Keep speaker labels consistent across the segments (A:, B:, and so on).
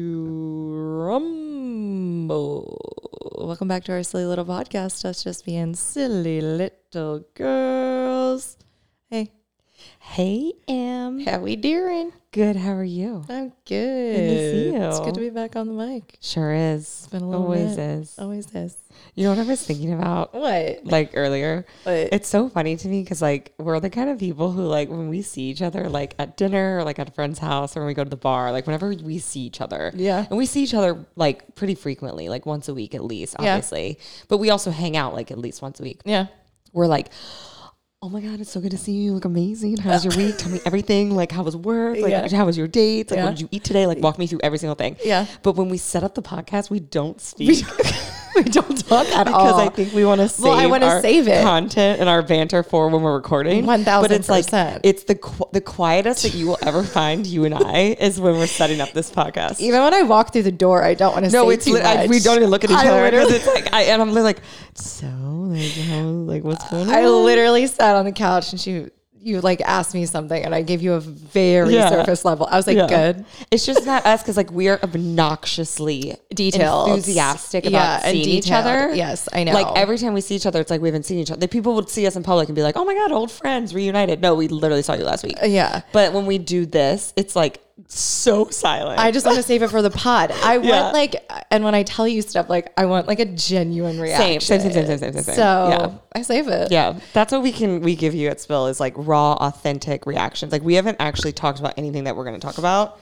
A: to rumble. Welcome back to our silly little podcast. Us just being silly little girls. Hey,
B: Hey, Em.
A: how we doing?
B: Good. How are you?
A: I'm good.
B: see
A: It's
B: you.
A: good to be back on the mic.
B: Sure is.
A: been a little
B: Always
A: bit. Oh.
B: is.
A: Always is.
B: You know what I was thinking about?
A: What?
B: Like earlier,
A: What?
B: it's so funny to me because like we're the kind of people who like when we see each other like at dinner or like at a friend's house or when we go to the bar, like whenever we see each other,
A: Yeah.
B: and we see each other like pretty frequently, like once a week at least,
A: Yeah.
B: obviously, but we also hang out like at least once a week.
A: yeah.
B: We're like. Oh my God, it's so good to see you. You look amazing. How's your week? Tell me everything. Like, how was work? Like,
A: Yeah.
B: how was your dates? Like,
A: Yeah.
B: what did you eat today? Like, walk me through every single thing.
A: Yeah.
B: But when we set up the podcast, we don't speak. We don't talk at
A: all.
B: Because I think we want to save
A: Well, I wanna
B: our
A: save it.
B: content and our banter for when we're recording.
A: 1000%.
B: But it's like, it's the, qu- the quietest that you will ever find, you and I, is when we're setting up this podcast.
A: Even when I walk through the door, I don't want to
B: no,
A: say
B: it's
A: too
B: li- I,
A: much.
B: we don't even look at each
A: I
B: other because
A: literally-
B: it's like I, and I'm li- like, so like, how, like what's going on?
A: I literally sat on the couch and she, you like asked me something and I gave you a very
B: Yeah.
A: surface level. I was like,
B: Yeah.
A: good.
B: It's just not us because like we are obnoxiously
A: Detailed.
B: enthusiastic about
A: Yeah, and
B: seeing each
A: detailed.
B: other.
A: Yes, I know.
B: Like every time we see each other, it's like we haven't seen each other. The people would see us in public and be like, "Oh my god, old friends reunited." No, we literally saw you last week.
A: Uh, yeah.
B: But when we do this, it's like so silent.
A: I just want to save it for the pod. I
B: Yeah.
A: want like, and when I tell you stuff, like I want like a genuine reaction.
B: same, same, same, same, same, same, same.
A: So
B: yeah.
A: I save it.
B: Yeah, that's what we can we give you at Spill is like raw, authentic reactions. Like we haven't actually talked about anything that we're going to talk about,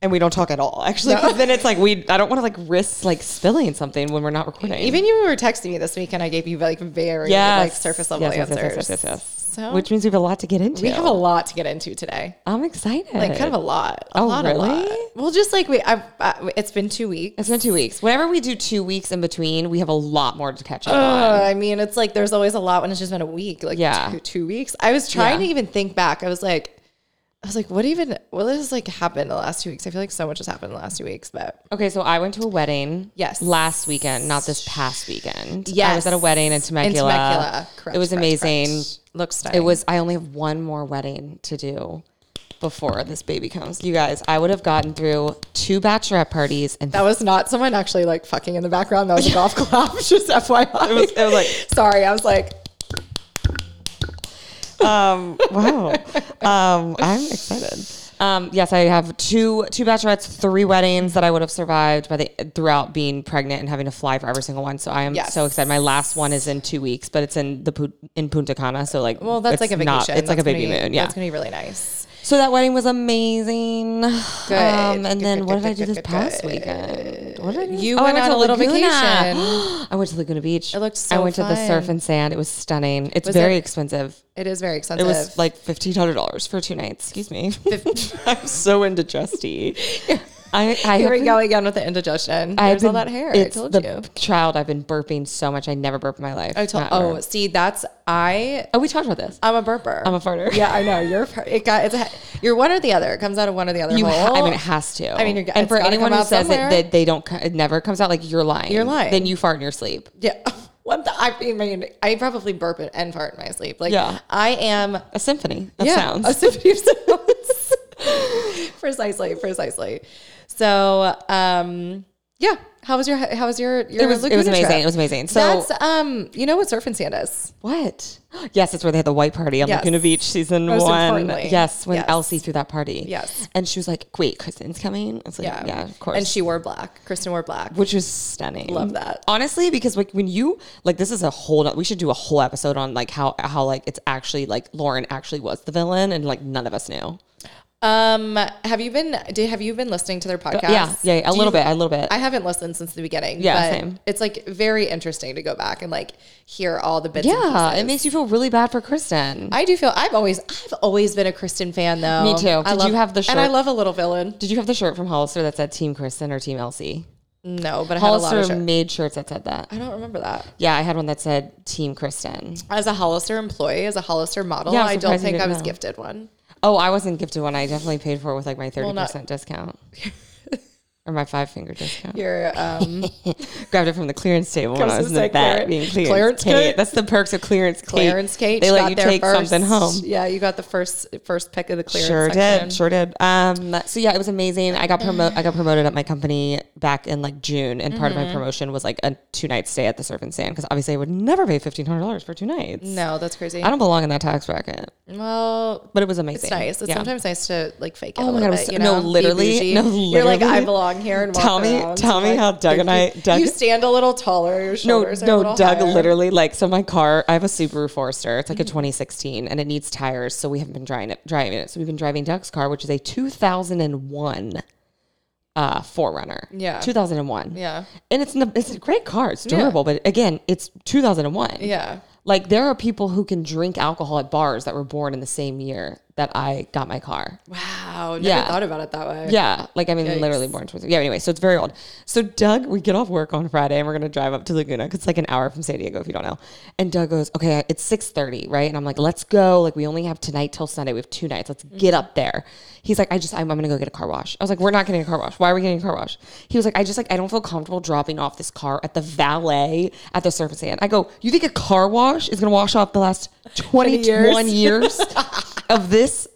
B: and we don't talk at all actually. 'cause then it's like we I don't want to like risk like spilling something when we're not recording.
A: Even you were texting me this week, and I gave you like very
B: Yes.
A: like surface level
B: Yes, yes, yes,
A: answers.
B: yes, yes, yes.
A: So
B: which means we have a lot to get into.
A: we have a lot to get into today.
B: I'm excited.
A: Like kind of a lot. A
B: Oh,
A: lot, a lot.
B: really?
A: Well, just like we, I've, I, it's been two weeks.
B: It's been two weeks. Whenever we do two weeks in between, we have a lot more to catch up on.
A: Uh, I mean, it's like there's always a lot when it's just been a week, like
B: Yeah.
A: two, two weeks. I was trying
B: Yeah.
A: to even think back. I was like, I was like, what even, what has like happened in the last two weeks? I feel like so much has happened in the last two weeks, but
B: Okay, so I went to a wedding.
A: Yes.
B: Last weekend, not this past weekend. I
A: Yes.
B: was at a wedding in Temecula.
A: Temecula. Correct,
B: it was
A: correct,
B: amazing.
A: correct. Looks
B: It
A: stunning.
B: was. I only have one more wedding to do before this baby comes. You guys, I would have gotten through two bachelorette parties and
A: that was not someone actually like fucking in the background. That was a golf clap. Just FYI.
B: It was- it was like-
A: sorry. I was like,
B: um, wow. Um, I'm excited. Um, yes, I have two two bachelorettes, three weddings that I would have survived by the throughout being pregnant and having to fly for every single one. So I am
A: Yes.
B: so excited. My last one is in two weeks, but it's in the Pu- in Punta Cana. So like,
A: well, that's
B: it's
A: like a vacation.
B: not- it's like a
A: That's gonna
B: baby
A: be-
B: moon. Yeah.
A: That's going to be really nice.
B: so that wedding was amazing.
A: Good.
B: Um,
A: Good,
B: and then
A: good, good,
B: what did I
A: good,
B: do this
A: good,
B: past
A: good.
B: weekend? What did I do? Oh,
A: You
B: I
A: went on a
B: to
A: little
B: Laguna.
A: vacation.
B: I went to Laguna Beach.
A: It looked
B: I
A: so
B: went to the surf
A: fun.
B: and sand. It was stunning. It's
A: Was
B: very
A: it-
B: expensive.
A: It is very expensive.
B: It was like fifteen hundred dollars for two nights. Excuse me. I'm so into Justy. I, I
A: Here
B: have
A: we
B: been-
A: go again with the indigestion.
B: I have
A: There's all
B: been-
A: that hair. I
B: It's
A: told
B: the
A: you.
B: child. I've been burping so much. I never burped in my life.
A: I told.
B: Not
A: Oh,
B: burp.
A: see, that's I.
B: oh, we talked about this.
A: I'm a burper.
B: I'm a farter.
A: yeah, I know. You're a fart- it got it's a, you're one or the other. It comes out of one or the other.
B: You, ha-
A: hole.
B: I mean, it has to.
A: I mean, you're-
B: and
A: it's
B: for
A: gotta
B: anyone
A: come
B: who
A: out
B: says
A: somewhere.
B: it, that they don't, co- it never comes out. Like you're lying.
A: You're lying.
B: Then you fart in your sleep.
A: yeah. What the, I mean, I probably burp it and fart in my sleep. Like
B: Yeah.
A: I am.
B: A symphony of
A: yeah,
B: sounds.
A: a symphony of sounds. precisely, precisely. So, um, yeah. How was your How was your your
B: it was. It was
A: Laguna
B: amazing.
A: trip?
B: It was amazing. So
A: That's um. You know what surf and sand is?
B: What? Yes, it's where they had the white party on
A: Yes.
B: Laguna Beach season
A: Most
B: one.
A: importantly.
B: Yes, when
A: Yes.
B: Elsie threw that party.
A: Yes.
B: And she was like, wait, Kristen's coming? It's like, yeah, of course.
A: And she wore black. Kristen wore black.
B: which was stunning.
A: Love that.
B: Honestly, because like when you like this is a whole not- we should do a whole episode on like how how like it's actually like Lauren actually was the villain and like none of us knew.
A: Um, have you been? Did have you been listening to their podcast?
B: Uh, Yeah, yeah, yeah, a
A: Do
B: little
A: you-
B: bit, a little bit.
A: I haven't listened since the beginning.
B: Yeah,
A: but
B: same.
A: It's like very interesting to go back and like hear all the bits. and
B: yeah,
A: pieces.
B: it makes you feel really bad for Kristen.
A: I do feel I've always I've always been a Kristen fan though.
B: Me too.
A: I
B: Did
A: love,
B: you have the
A: And I
B: shirt?
A: love a little villain.
B: Did you have the shirt from Hollister that said Team Kristen or Team Elsie?
A: No, but I had a lot of
B: Hollister
A: shirt.
B: made shirts that said that.
A: I don't remember that.
B: Yeah, I had one that said Team Kristen.
A: As a Hollister employee, as a Hollister model,
B: Yeah, I'm
A: I don't
B: surprised you
A: think I
B: didn't
A: was
B: know.
A: gifted one.
B: Oh, I wasn't gifted one. I definitely paid for it with like my 30%
A: not-
B: discount. or my five finger discount.
A: Your um,
B: Grabbed it from the clearance table when
A: I was
B: I was in
A: gonna
B: the
A: say
B: back
A: clear-
B: being cleared.
A: clearance
B: Kate.
A: Kate.
B: That's the perks of clearance. Kate.
A: clearance Kate.
B: They
A: She
B: let
A: got
B: you
A: there
B: take
A: first.
B: something home.
A: Yeah, you got the first first pick of the clearance.
B: Sure
A: section.
B: did, sure did. Um, so yeah, it was amazing. I got promoted. I got promoted at my company back in like June, and part of
A: Mm-hmm.
B: my promotion was like a two night stay at the Surf and Sand because obviously I would never pay fifteen hundred dollars for two nights.
A: No, that's crazy.
B: I don't belong in that tax bracket,
A: well,
B: but it was amazing.
A: it's nice. It's
B: Yeah.
A: sometimes nice to like fake it.
B: Oh
A: a
B: my
A: little
B: God,
A: bit,
B: it was-
A: you
B: no,
A: know? Be
B: literally-
A: bougie.
B: no,
A: You're like I
B: literally.
A: belong here and walk
B: Tell me-
A: around.
B: tell me
A: Like,
B: how Doug and I-
A: you-
B: Doug-
A: you stand a little taller. Your shoulders are a
B: no,
A: little
B: Doug,
A: higher. Mm-hmm.
B: literally, like, so my car, I have a Subaru Forester. It's like a 2016, and it needs tires, so we haven't been driving it. Driving it, so we've been driving Doug's car, which is a 2001 uh Forerunner.
A: Yeah.
B: 2001.
A: Yeah.
B: and it's n- it's a great car. It's durable, but again, it's 2001.
A: Yeah.
B: Like there are people who can drink alcohol at bars that were born in the same year that I got my car.
A: Wow. Never
B: Yeah.
A: thought about it that way.
B: Yeah, like I mean,
A: Yikes.
B: literally born towards. Yeah, anyway, so it's very old. So Doug, we get off work on Friday and we're gonna drive up to Laguna because it's like an hour from San Diego if you don't know. And Doug goes, "Okay, it's six thirty, right?" And I'm like, "Let's go. Like we only have tonight till Sunday. We have two nights. Let's get up there." He's like, "I just I'm, I'm gonna go get a car wash." I was like, "We're not getting a car wash. Why are we getting a car wash?" He was like, "I just like I don't feel comfortable dropping off this car at the valet at the surface stand." I go, "You think a car wash is gonna wash off the last 21 years of this?"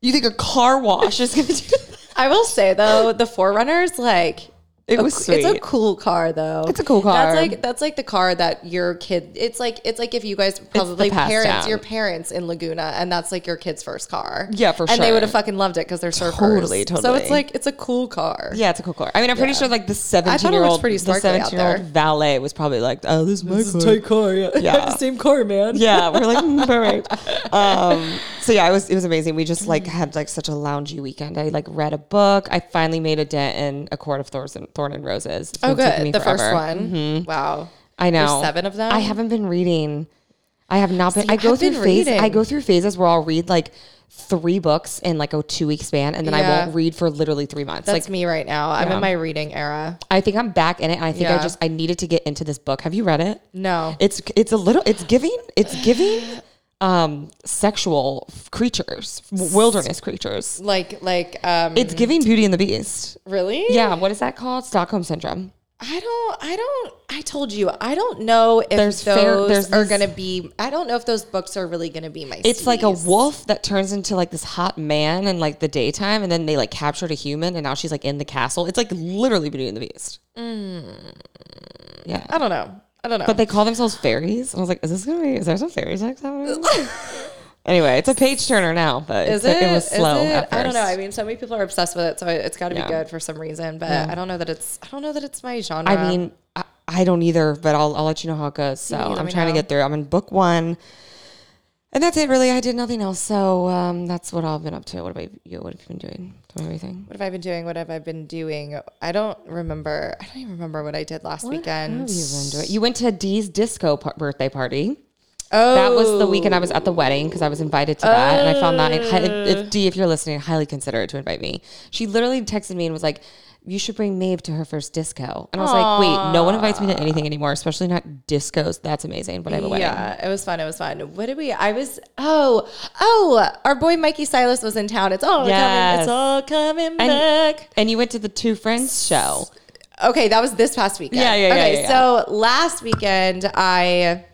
B: You think a car wash is going to do that?
A: I will say though, the Forerunners like
B: It
A: a-
B: was
A: It's a
B: sweet.
A: cool car though.
B: It's a cool car.
A: That's like that's like the car that your kid. It's like it's like if you guys probably
B: pass
A: parents
B: down.
A: your parents in Laguna, and that's like your kid's first car.
B: Yeah, for
A: and they
B: sure.
A: would have fucking loved it because they're surfers.
B: Totally,
A: So it's
B: totally.
A: like it's a cool car.
B: Yeah, it's a cool car. I mean, I'm pretty sure like the 17 year
A: looks
B: old,
A: pretty
B: the
A: sparkly out
B: 17 year old
A: there.
B: valet was probably like, oh, this is my car.
A: car. Yeah,
B: Yeah. have the
A: same car, man.
B: yeah, we're like mm, perfect. Um, so yeah, it was it was amazing. We just
A: Mm.
B: like had like such a loungy weekend. I like read a book. I finally made a dent in A Court of Thorns and Thorn and Roses. It's
A: Oh,
B: been taking me
A: good. The first
B: forever. Mm-hmm.
A: one. Wow.
B: I know
A: seven of them?
B: I haven't been reading. I have not been.
A: you
B: I go
A: have
B: through
A: been
B: phases. I
A: reading.
B: go through phases where I'll read like three books in like a two week span, and then I
A: Yeah.
B: won't read for literally three months.
A: That's
B: like
A: me right now. I'm
B: Yeah.
A: in my reading era.
B: I think I'm back in it. And I think I
A: Yeah.
B: just I needed to get into this book. Have you read it?
A: No.
B: It's it's a little it's giving it's giving um sexual creatures wilderness creatures.
A: like like um
B: It's giving Beauty and the Beast.
A: really?
B: Yeah, what is that called? Stockholm syndrome.
A: I don't. I don't. I told you. I don't know if
B: There's
A: those
B: fair- there's
A: are
B: these-
A: going to be. I don't know if those books are really going to be my.
B: It's like a
A: Steez.
B: wolf that turns into like this hot man in like the daytime, and then they like captured a human, and now she's like in the castle. It's like literally Beauty and the Beast. Mm. Yeah,
A: I don't know. I don't know.
B: but they call themselves fairies, and I was like, is this gonna be? Is there some fairy sex happening? anyway, it's a page turner now, but
A: is
B: it's-
A: it?
B: it, was
A: Is
B: slow.
A: it?
B: At first.
A: I don't know. I mean, so many people are obsessed with it, so it's got to
B: Yeah.
A: be good for some reason. But I don't know that it's. I don't know that it's my genre.
B: I mean, I, I don't either, but I'll, I'll let you know how it goes. So
A: let
B: I'm
A: me
B: trying to
A: know.
B: get through. I'm in book one. And that's it, really. I did nothing else. So um, that's what I've been up to. What about you? What have you been doing? Doing everything?
A: what have I been doing? What have I been doing? I don't remember. I don't even remember what I did last
B: What
A: weekend.
B: have you been doing? You went to Dee's disco par- birthday party.
A: Oh,
B: That was the weekend I was at the wedding because I was invited to that, and I found that if,
A: Uh.
B: if Dee, if you're listening, highly consider it to invite me. She literally texted me and was like, "You should bring Maeve to her first disco," and I was like, "Wait, no one invites me to anything anymore, especially not discos. That's amazing, but I have a wedding."
A: Yeah, it was fun. It was fun. What did we? I was. Oh, oh, our boy Mikey Silas was in town. It's all coming.
B: Yes.
A: It's all coming
B: And,
A: back.
B: and you went to the two friends show.
A: Okay, that was this past weekend.
B: Yeah, yeah, yeah,
A: Okay,
B: yeah,
A: so last weekend I.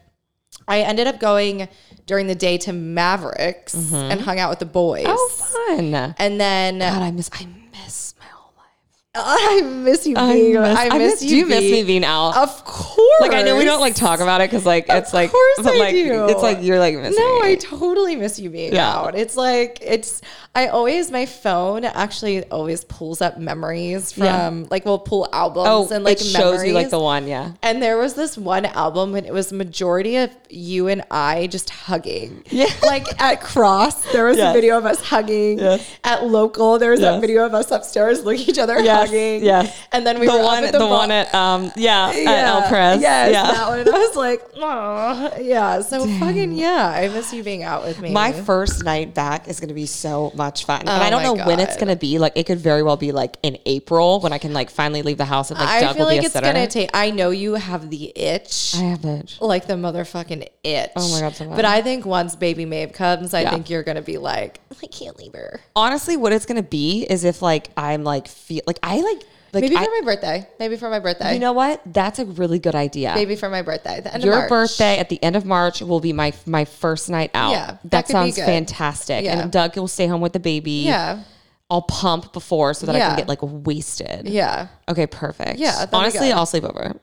A: I ended up going during the day to Mavericks and hung out with the boys.
B: Mm-hmm. Oh, fun! God,
A: And then
B: I miss I miss my whole life.
A: I miss you being I miss, you.
B: Do you miss
A: being-
B: me being out?
A: Of course.
B: Like I know we don't like talk about it because like it's like,
A: course
B: but
A: I
B: like
A: do.
B: it's like you're like missing.
A: No,
B: me.
A: I totally miss you being
B: Yeah.
A: out. It's like it's I always my phone actually always pulls up memories from
B: Yeah.
A: like we'll pull albums
B: oh,
A: and like
B: it shows
A: memories.
B: you like the one, yeah.
A: and there was this one album and it was majority of you and I just hugging.
B: Yeah.
A: Like at Cross, there was
B: Yes.
A: a video of us hugging.
B: Yes.
A: At Local, there was
B: Yes.
A: that video of us upstairs looking at each other
B: Yes,
A: hugging.
B: yes.
A: And then we
B: the
A: were
B: one,
A: up at
B: the,
A: the, bar-
B: one at um, yeah, at
A: yeah.
B: El Pres.
A: Yes,
B: yeah.
A: that one. And I was like, oh, yeah. So fucking yeah, I miss you being out with me.
B: My first night back is going to be so much fun, and
A: Oh
B: I don't
A: my
B: know when it's
A: God.
B: going to be. Like, it could very well be like in April when I can like finally leave the house and like
A: I
B: Doug
A: feel
B: will
A: like
B: be a
A: it's
B: sitter.
A: gonna take. I know you have the itch,
B: I have bitch.
A: like the motherfucking itch.
B: Oh my God, so bad.
A: but I think once Baby Maeve comes, I
B: Yeah.
A: think you're gonna be like, I can't leave her.
B: Honestly, what it's going to be is if like I'm like feel like I like Like,
A: Maybe
B: I-
A: for my birthday. Maybe for my birthday.
B: you know what? That's a really good idea.
A: Maybe for my birthday. The end
B: Your
A: of March.
B: birthday at the end of March will be my my first night out.
A: Yeah, that
B: that,
A: could be
B: sounds
A: good.
B: fantastic.
A: Yeah.
B: And Doug will stay home with the baby.
A: Yeah.
B: I'll pump before so that I
A: Yeah.
B: can get like wasted.
A: Yeah.
B: Okay, perfect.
A: Yeah, that'd be
B: honestly,
A: good.
B: I'll sleep over.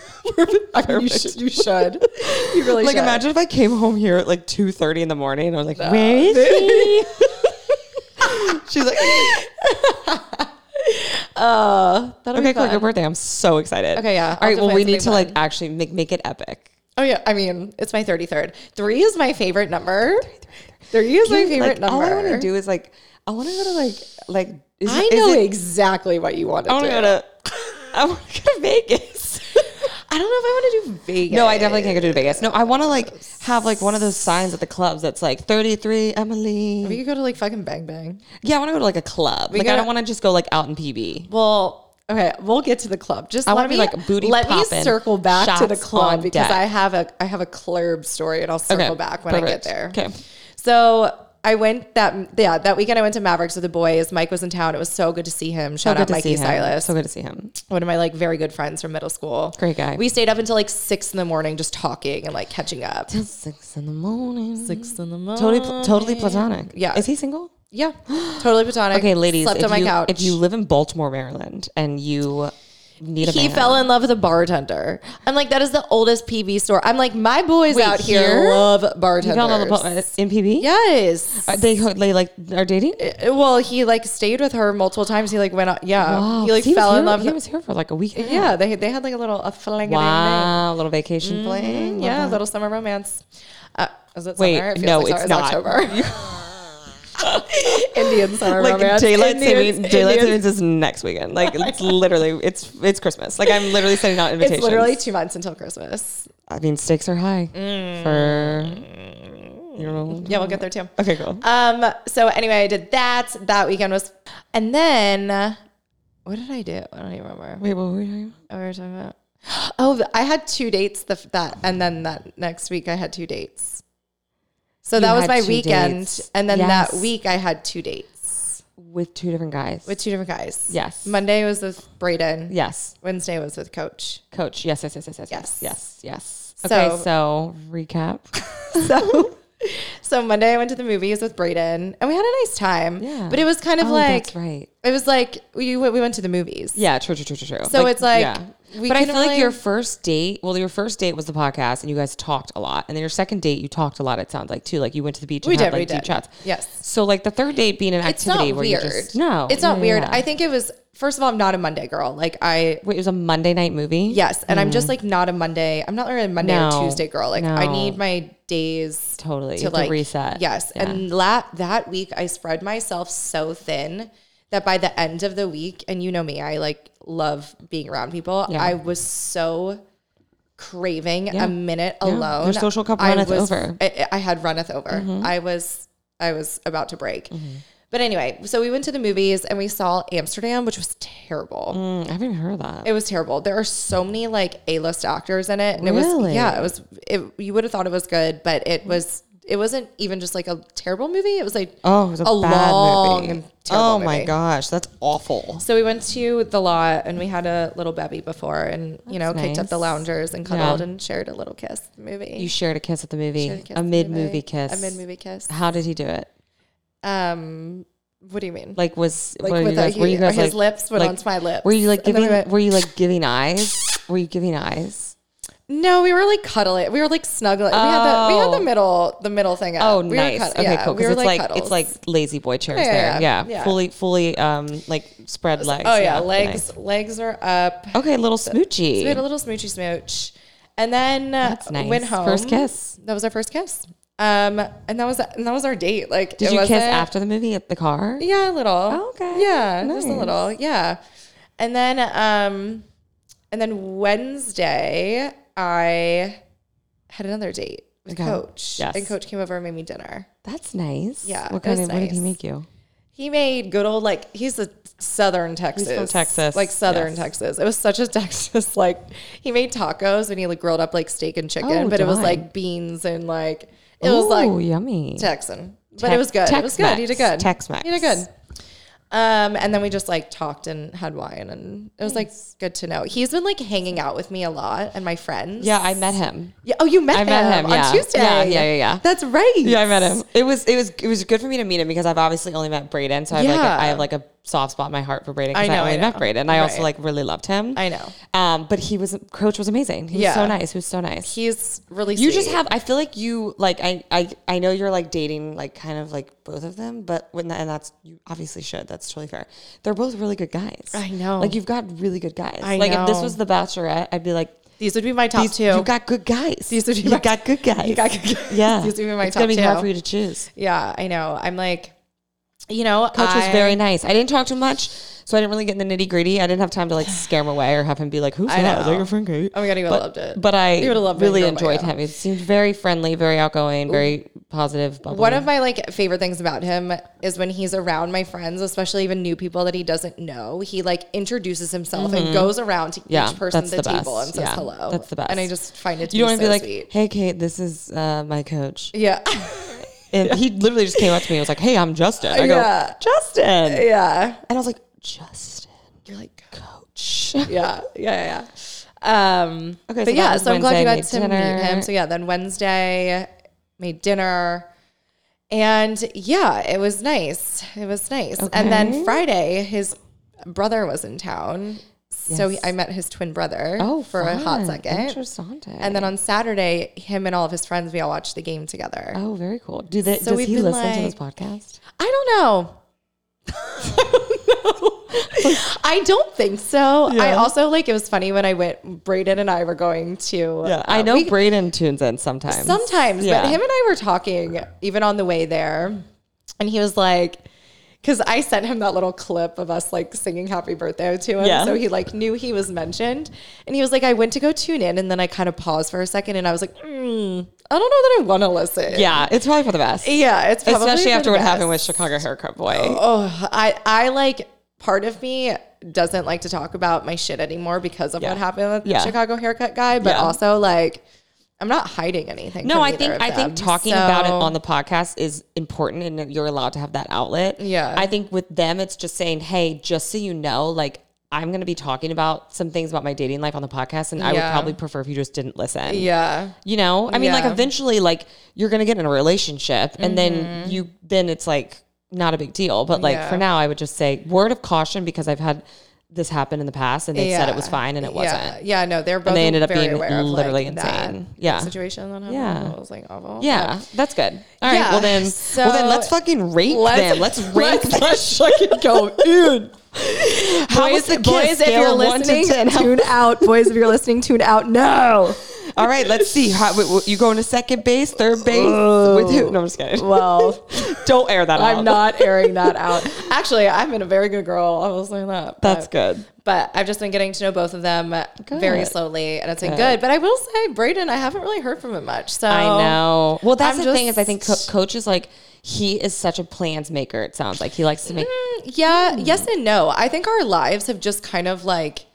A: Okay. I mean, you, should, you should. You really
B: Like,
A: should.
B: imagine if I came home here at like two thirty in the morning and I was like, "Where is she?" She's like,
A: That'll
B: "Okay,
A: be
B: cool,
A: fun.
B: your birthday. I'm so excited."
A: Okay, yeah,
B: All
A: I'll
B: right. Well,
A: definitely
B: we
A: have
B: need to
A: something
B: like actually make make it epic.
A: Oh yeah, I mean it's my thirty third. Three is my favorite number. Three is my
B: Dude,
A: favorite
B: like,
A: number.
B: All I want to do is like, I want to go to like like. Is,
A: I
B: is
A: know
B: it-
A: exactly what you want to
B: I want
A: do.
B: to go to. I want to go to Vegas.
A: I don't know if I want to do Vegas.
B: No, I definitely can't go to Vegas. No, I want to like have like one of those signs at the clubs that's like 33 Emily.
A: We could go to like fucking Bang Bang.
B: Yeah, I want to go to like a club. Like I
A: gotta-
B: don't want to just go like out in PB.
A: Well, okay, we'll get to the club. Just
B: I
A: want
B: wanna
A: to
B: be, like, booty
A: Let me
B: poppin',
A: circle back to the
B: shots
A: club
B: on
A: because
B: deck.
A: I have a I have a club story and I'll circle back when I get
B: perfect.
A: there.
B: Okay.
A: So I went that yeah that weekend I went to Mavericks with the boys. Mike was in town. It was so good to see him. Shout out Mikey Silas.
B: So good to see him.
A: one of my like very good friends from middle school.
B: Great guy.
A: We stayed up until like six in the morning just talking and like catching up.
B: Till six in the morning.
A: Six in the morning.
B: Totally, pl- totally platonic.
A: Yeah.
B: Is he single?
A: Yeah. Totally platonic.
B: Okay, ladies.
A: Slept
B: if,
A: on my
B: you,
A: couch.
B: if you live in Baltimore, Maryland, and you need a
A: he
B: man,
A: fell in love with a bartender. I'm like, that is the oldest PB store. I'm like, my boys
B: Wait,
A: out here,
B: here?
A: love
B: he
A: bartenders.
B: fell in love uh, in PB.
A: yes.
B: Are they they like are dating.
A: Uh, well, he like stayed with her multiple times. He like went out. Yeah.
B: Wow,
A: he like
B: 'cause was
A: fell in
B: here-
A: love.
B: Oh, He was here for like a week. and a half.
A: yeah. They, they had like a little a fling.
B: Wow, a little vacation
A: Mm-hmm.
B: fling. Love
A: Yeah.
B: that.
A: A little summer romance. Uh, is it
B: Wait,
A: summer? It feels
B: no,
A: like summer.
B: it's not.
A: October. Indian summer
B: like
A: romance.
B: daylight
A: Indian-
B: saving daylight
A: Indian- Oh
B: savings is next weekend. Like it's literally it's it's Christmas. Like I'm literally sending out
A: It's
B: invitations.
A: literally two months until Christmas.
B: I mean stakes are high for
A: Mm.
B: you know.
A: Yeah, we'll get there too.
B: Okay, cool.
A: Um. So anyway, I did that. That weekend was, and then uh, what did I do? I don't even remember.
B: Wait, what were we talking
A: What were we talking about? Oh, th- I had two dates. The, f- that and then that next week I had two dates. So that was
B: had
A: my
B: two
A: weekend,
B: dates.
A: and then that
B: Yes.
A: week I had two dates
B: about? With two different guys.
A: with two different guys.
B: Yes.
A: Monday was with Brayden.
B: yes.
A: Wednesday was with Coach.
B: Coach. Yes, yes, yes, yes, yes,
A: Yes.
B: yes, yes, yes.
A: So-
B: Okay, so recap.
A: So, so Monday I went to the movies with Brayden, and we had a nice time.
B: Yeah.
A: But it was kind of
B: Oh,
A: like
B: that's right.
A: It was like we went, we went to the movies.
B: Yeah, true, true, true, true, true.
A: So it's like, we
B: but I
A: couldn't
B: feel like
A: really-
B: your first date. Well, your first date was the podcast, and you guys talked a lot. And then your second date, you talked a lot. It sounds like too. Like you went to the beach.
A: We
B: and
A: did,
B: had, like,
A: we
B: deep
A: did.
B: Chats.
A: Yes.
B: So like the third date being an
A: It's
B: activity
A: not
B: where
A: weird.
B: you just no,
A: it's not
B: yeah,
A: weird.
B: yeah.
A: I think it was first of all, I'm not a Monday girl. Like I
B: Wait, it was a Monday night movie.
A: yes, and I'm just like not a Monday. I'm not really a Monday or
B: Mm. No,
A: Tuesday girl. Like I
B: no.
A: need my days
B: totally
A: to like
B: reset.
A: Yes,
B: Yeah.
A: and la- that week I spread myself so thin that by the end of the week, and you know me, I like love being around people.
B: Yeah.
A: I was so craving a minute
B: your
A: alone.
B: social cup runneth
A: was,
B: over. Mm-hmm.
A: I, I had runneth over. I was I was about to break. But anyway, so we went to the movies and we saw Amsterdam, which was terrible.
B: Mm, I haven't even heard of that.
A: It was terrible. There are so many like A list actors in it, and it was
B: Really?
A: yeah, it was. It, you would have thought it was good, but it was. It wasn't even just like a terrible movie. It was like
B: oh, it was a,
A: a
B: bad
A: long
B: movie.
A: and terrible
B: Oh my
A: movie.
B: gosh, that's awful.
A: So we went to the lot and we had a little bevy before, and you know kicked up
B: nice.
A: the loungers and cuddled
B: Yeah.
A: and shared a little kiss. at The movie
B: You shared a kiss at the movie,
A: Shared kiss
B: a
A: at the
B: mid movie kiss.
A: a mid movie kiss.
B: How did he do it?
A: Um, what do you mean?
B: Like was
A: Like,
B: were, you
A: with a-
B: guys, were you
A: he-
B: guys
A: his
B: like
A: lips went
B: like,
A: onto my lips.
B: Were you like
A: and then we
B: giving?
A: went-
B: were you like giving eyes? Were you giving eyes?
A: No, we were like cuddling. We were like snuggling. We had the we had
B: Oh.
A: the middle the middle thing up.
B: Oh,
A: we were
B: nice.
A: cud-
B: okay,
A: yeah,
B: cool.
A: we
B: Because
A: were,
B: it's like
A: cuddles.
B: it's like lazy boy chairs
A: Yeah, yeah,
B: there. Yeah,
A: yeah.
B: fully, fully, um, like spread legs.
A: oh yeah,
B: nice.
A: legs legs are up.
B: Okay, little
A: We had a
B: smoochy.
A: little smoochy smooch, and then uh,
B: That's nice.
A: went home.
B: First kiss.
A: That was our first kiss. Um, and that was and that was our date. Like,
B: Did
A: it
B: you kiss
A: wasn't-
B: after the movie at the car?
A: Yeah, a little.
B: okay.
A: Yeah, just a
B: Nice.
A: little. Yeah, and then um, and then Wednesday I had another date with
B: Okay.
A: Coach.
B: Yes.
A: and Coach came over and made me dinner.
B: That's nice.
A: Yeah,
B: What
A: it was
B: kind of? What did he
A: nice.
B: make you?
A: He made good old like he's a southern Texas.
B: Texas,
A: Like southern
B: yes.
A: Texas. It was such a Texas like he made tacos and he like grilled up like steak and chicken,
B: Oh,
A: but it was
B: darn.
A: like beans and like it was
B: Ooh,
A: like
B: yummy.
A: Texan. But it was good. it was good. He did
B: Tex-Mex.
A: good.
B: Tex-Mex.
A: He did good. Um, and then we just like talked and had wine, and it was like good to know. He's been like hanging out with me a lot, and my friends.
B: Yeah, I met him.
A: Yeah. Oh, you met
B: I
A: him.
B: met him,
A: on
B: yeah.
A: Tuesday.
B: Yeah, yeah, yeah, yeah.
A: That's right.
B: Yeah, I met him. It was it was it was good for me to meet him because I've obviously only met Braden, so I have like
A: Yeah.
B: a, I have like a soft spot in my heart for Braden
A: I
B: because I,
A: know,
B: only
A: I know.
B: met Braden. I also
A: Right.
B: like really loved him.
A: I know.
B: Um, but he was Coach was amazing. He was
A: Yeah.
B: so nice. He was so nice.
A: He's really.
B: you just
A: sweet.
B: have. I feel like you like. I I I know you're like dating like kind of like both of them, but when that, and that's you obviously should. That's totally fair. They're both really good guys.
A: I know.
B: Like you've got really good guys.
A: I
B: like if this
A: know.
B: was The Bachelorette, I'd be like,
A: These would be my top
B: these,
A: two.
B: you got good guys.
A: These would be
B: you
A: my-
B: got good guys.
A: You got good guys.
B: Yeah,
A: These would be my
B: it's
A: top
B: gonna be hard
A: two.
B: for you to choose.
A: yeah, I know. I'm like, you know,
B: Coach
A: I,
B: was very nice. I didn't talk too much, so I didn't really get in the nitty gritty. I didn't have time to like scare him away or have him be like, "Who's
A: I
B: that? Is that
A: know.
B: your friend Kate?"
A: Oh my god, you would
B: but,
A: have loved it.
B: But I
A: You would've loved it, Oh
B: really
A: girl,
B: enjoyed
A: yeah.
B: him. He seemed very friendly, very outgoing, very positive. Bubbly.
A: One of my like favorite things about him is when he's around my friends, especially even new people that he doesn't know. He like introduces himself and goes around to
B: Mm-hmm. Yeah,
A: each person at the,
B: that's the
A: table
B: best.
A: and says
B: Yeah,
A: hello.
B: that's the best.
A: And I just find it to
B: you don't
A: be so
B: want to be like,
A: sweet.
B: "Hey, Kate, this is uh, my coach,"
A: Yeah,
B: and he literally just came up to me and was like, "Hey, I'm Justin." I go,
A: Yeah.
B: "Justin," and
A: yeah.
B: I was like, "Justin,
A: You're like,
B: coach."
A: yeah, yeah, yeah. Um,
B: Okay,
A: okay,
B: so
A: but yeah,
B: that was
A: so I'm glad you got
B: Wednesday,
A: to
B: made dinner.
A: meet him. So yeah, then Wednesday made dinner, and yeah, it was nice. It was nice. And
B: Okay.
A: then Friday, his brother was in town, so he,
B: Yes.
A: I met his twin brother
B: Oh,
A: for a hot
B: fun.
A: second.
B: Interessante.
A: And then on Saturday, him and all of his friends, we all watched the game together.
B: oh, very cool. Do they,
A: So
B: does
A: we've
B: he
A: been
B: listen to this podcast?
A: I don't know. I don't think so. I
B: Yeah.
A: also like it was funny when I went. Braden and I were going to.
B: Yeah, I
A: uh,
B: know
A: we-
B: Braden tunes in sometimes.
A: sometimes,
B: Yeah.
A: but him and I were talking even on the way there, and he was like, because I sent him that little clip of us like singing "Happy Birthday" to him,
B: Yeah.
A: so he like knew he was mentioned, and he was like, I went to go tune in, and then I kind of paused for a second, and I was like, mm, I don't know that I want to listen.
B: yeah, it's probably for the best.
A: yeah, it's probably
B: Especially
A: for
B: after
A: the
B: what
A: best.
B: happened with Chicago Haircut Boy.
A: Oh, I I like part of me doesn't like to talk about my shit anymore because of
B: Yeah.
A: what happened with the
B: Yeah.
A: Chicago haircut guy, but
B: Yeah.
A: also like I'm not hiding anything.
B: No,
A: from
B: I
A: either
B: think
A: of
B: I think
A: them.
B: talking about it
A: So-
B: on the podcast is important, and that you're allowed to have that outlet.
A: Yeah.
B: I think with them, it's just saying, "Hey, just so you know, like." I'm going to be talking about some things about my dating life on the podcast, and I would
A: Yeah.
B: probably prefer if you just didn't listen.
A: yeah,
B: You know, I mean, like
A: Yeah.
B: eventually, like you're going to get in a relationship, and then you, then it's like not a big deal. But like for
A: Mm-hmm. Yeah.
B: now, I would just say word of caution because I've had this happen in the past, and they
A: yeah.
B: said it was fine, and it
A: Yeah.
B: wasn't.
A: Yeah, no, they're both
B: they ended up
A: very
B: being
A: aware of,
B: literally
A: like, that
B: insane. Yeah.
A: situation that happened.
B: Yeah.
A: It was like awful.
B: Yeah, that's good. All right,
A: Yeah,
B: well then, well then,
A: so-
B: let's fucking rank
A: Let's-
B: them. Let's rank
A: let's-
B: let's fucking go in. How
A: Boys,
B: was the kiss?
A: boys if
B: Scale
A: you're
B: of one to
A: listening,
B: 10. How-
A: tune out. Boys, if you're listening, tune out. No.
B: All right, let's see. How, wait, wait, you going to second base, third base with who? No, I'm just kidding.
A: Well,
B: Don't air that out.
A: I'm not airing that out. Actually, I've been a very good girl. I will say that. but-
B: That's good.
A: But I've just been getting to know both of them very
B: Good.
A: slowly, and it's been
B: Good.
A: good. But I will say, Braden, I haven't really heard from him much. So
B: I know. Well, that's
A: Oh. I'm
B: the thing is, I think co-
A: just-
B: coach is like he is such a plans maker. It sounds like he likes to make.
A: Mm. Yeah,
B: Hmm.
A: yes and no. I think our lives have just kind of like.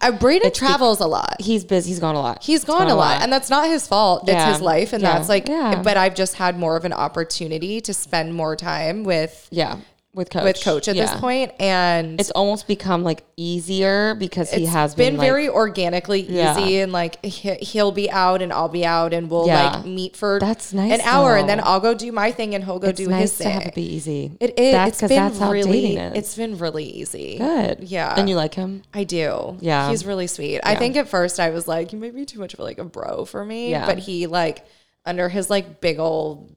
A: Uh, Braden travels a lot.
B: He's busy. He's gone a lot.
A: He's gone, a lot, and that's not his fault.
B: Yeah.
A: It's his life, and
B: Yeah.
A: that's like.
B: Yeah.
A: But I've just had more of an opportunity to spend more time with
B: yeah, with coach.
A: with Coach at
B: Yeah.
A: this point, and
B: it's almost become like easier because he
A: It's
B: has been, like-
A: very organically easy
B: Yeah.
A: and like he- he'll be out and I'll be out and we'll
B: Yeah.
A: like meet for
B: That's nice,
A: an hour and
B: though.
A: then I'll go do my thing and he'll go
B: it's
A: do
B: nice
A: his
B: to
A: thing.
B: have it be easy.
A: it is.
B: That's
A: it's
B: because
A: been
B: that's how
A: really,
B: dating is.
A: It's been really easy.
B: good.
A: Yeah.
B: and you like him.
A: I do.
B: Yeah.
A: He's really sweet. I think at first I was like, you may be too much of like a bro for me.
B: Yeah.
A: But he like under his like big old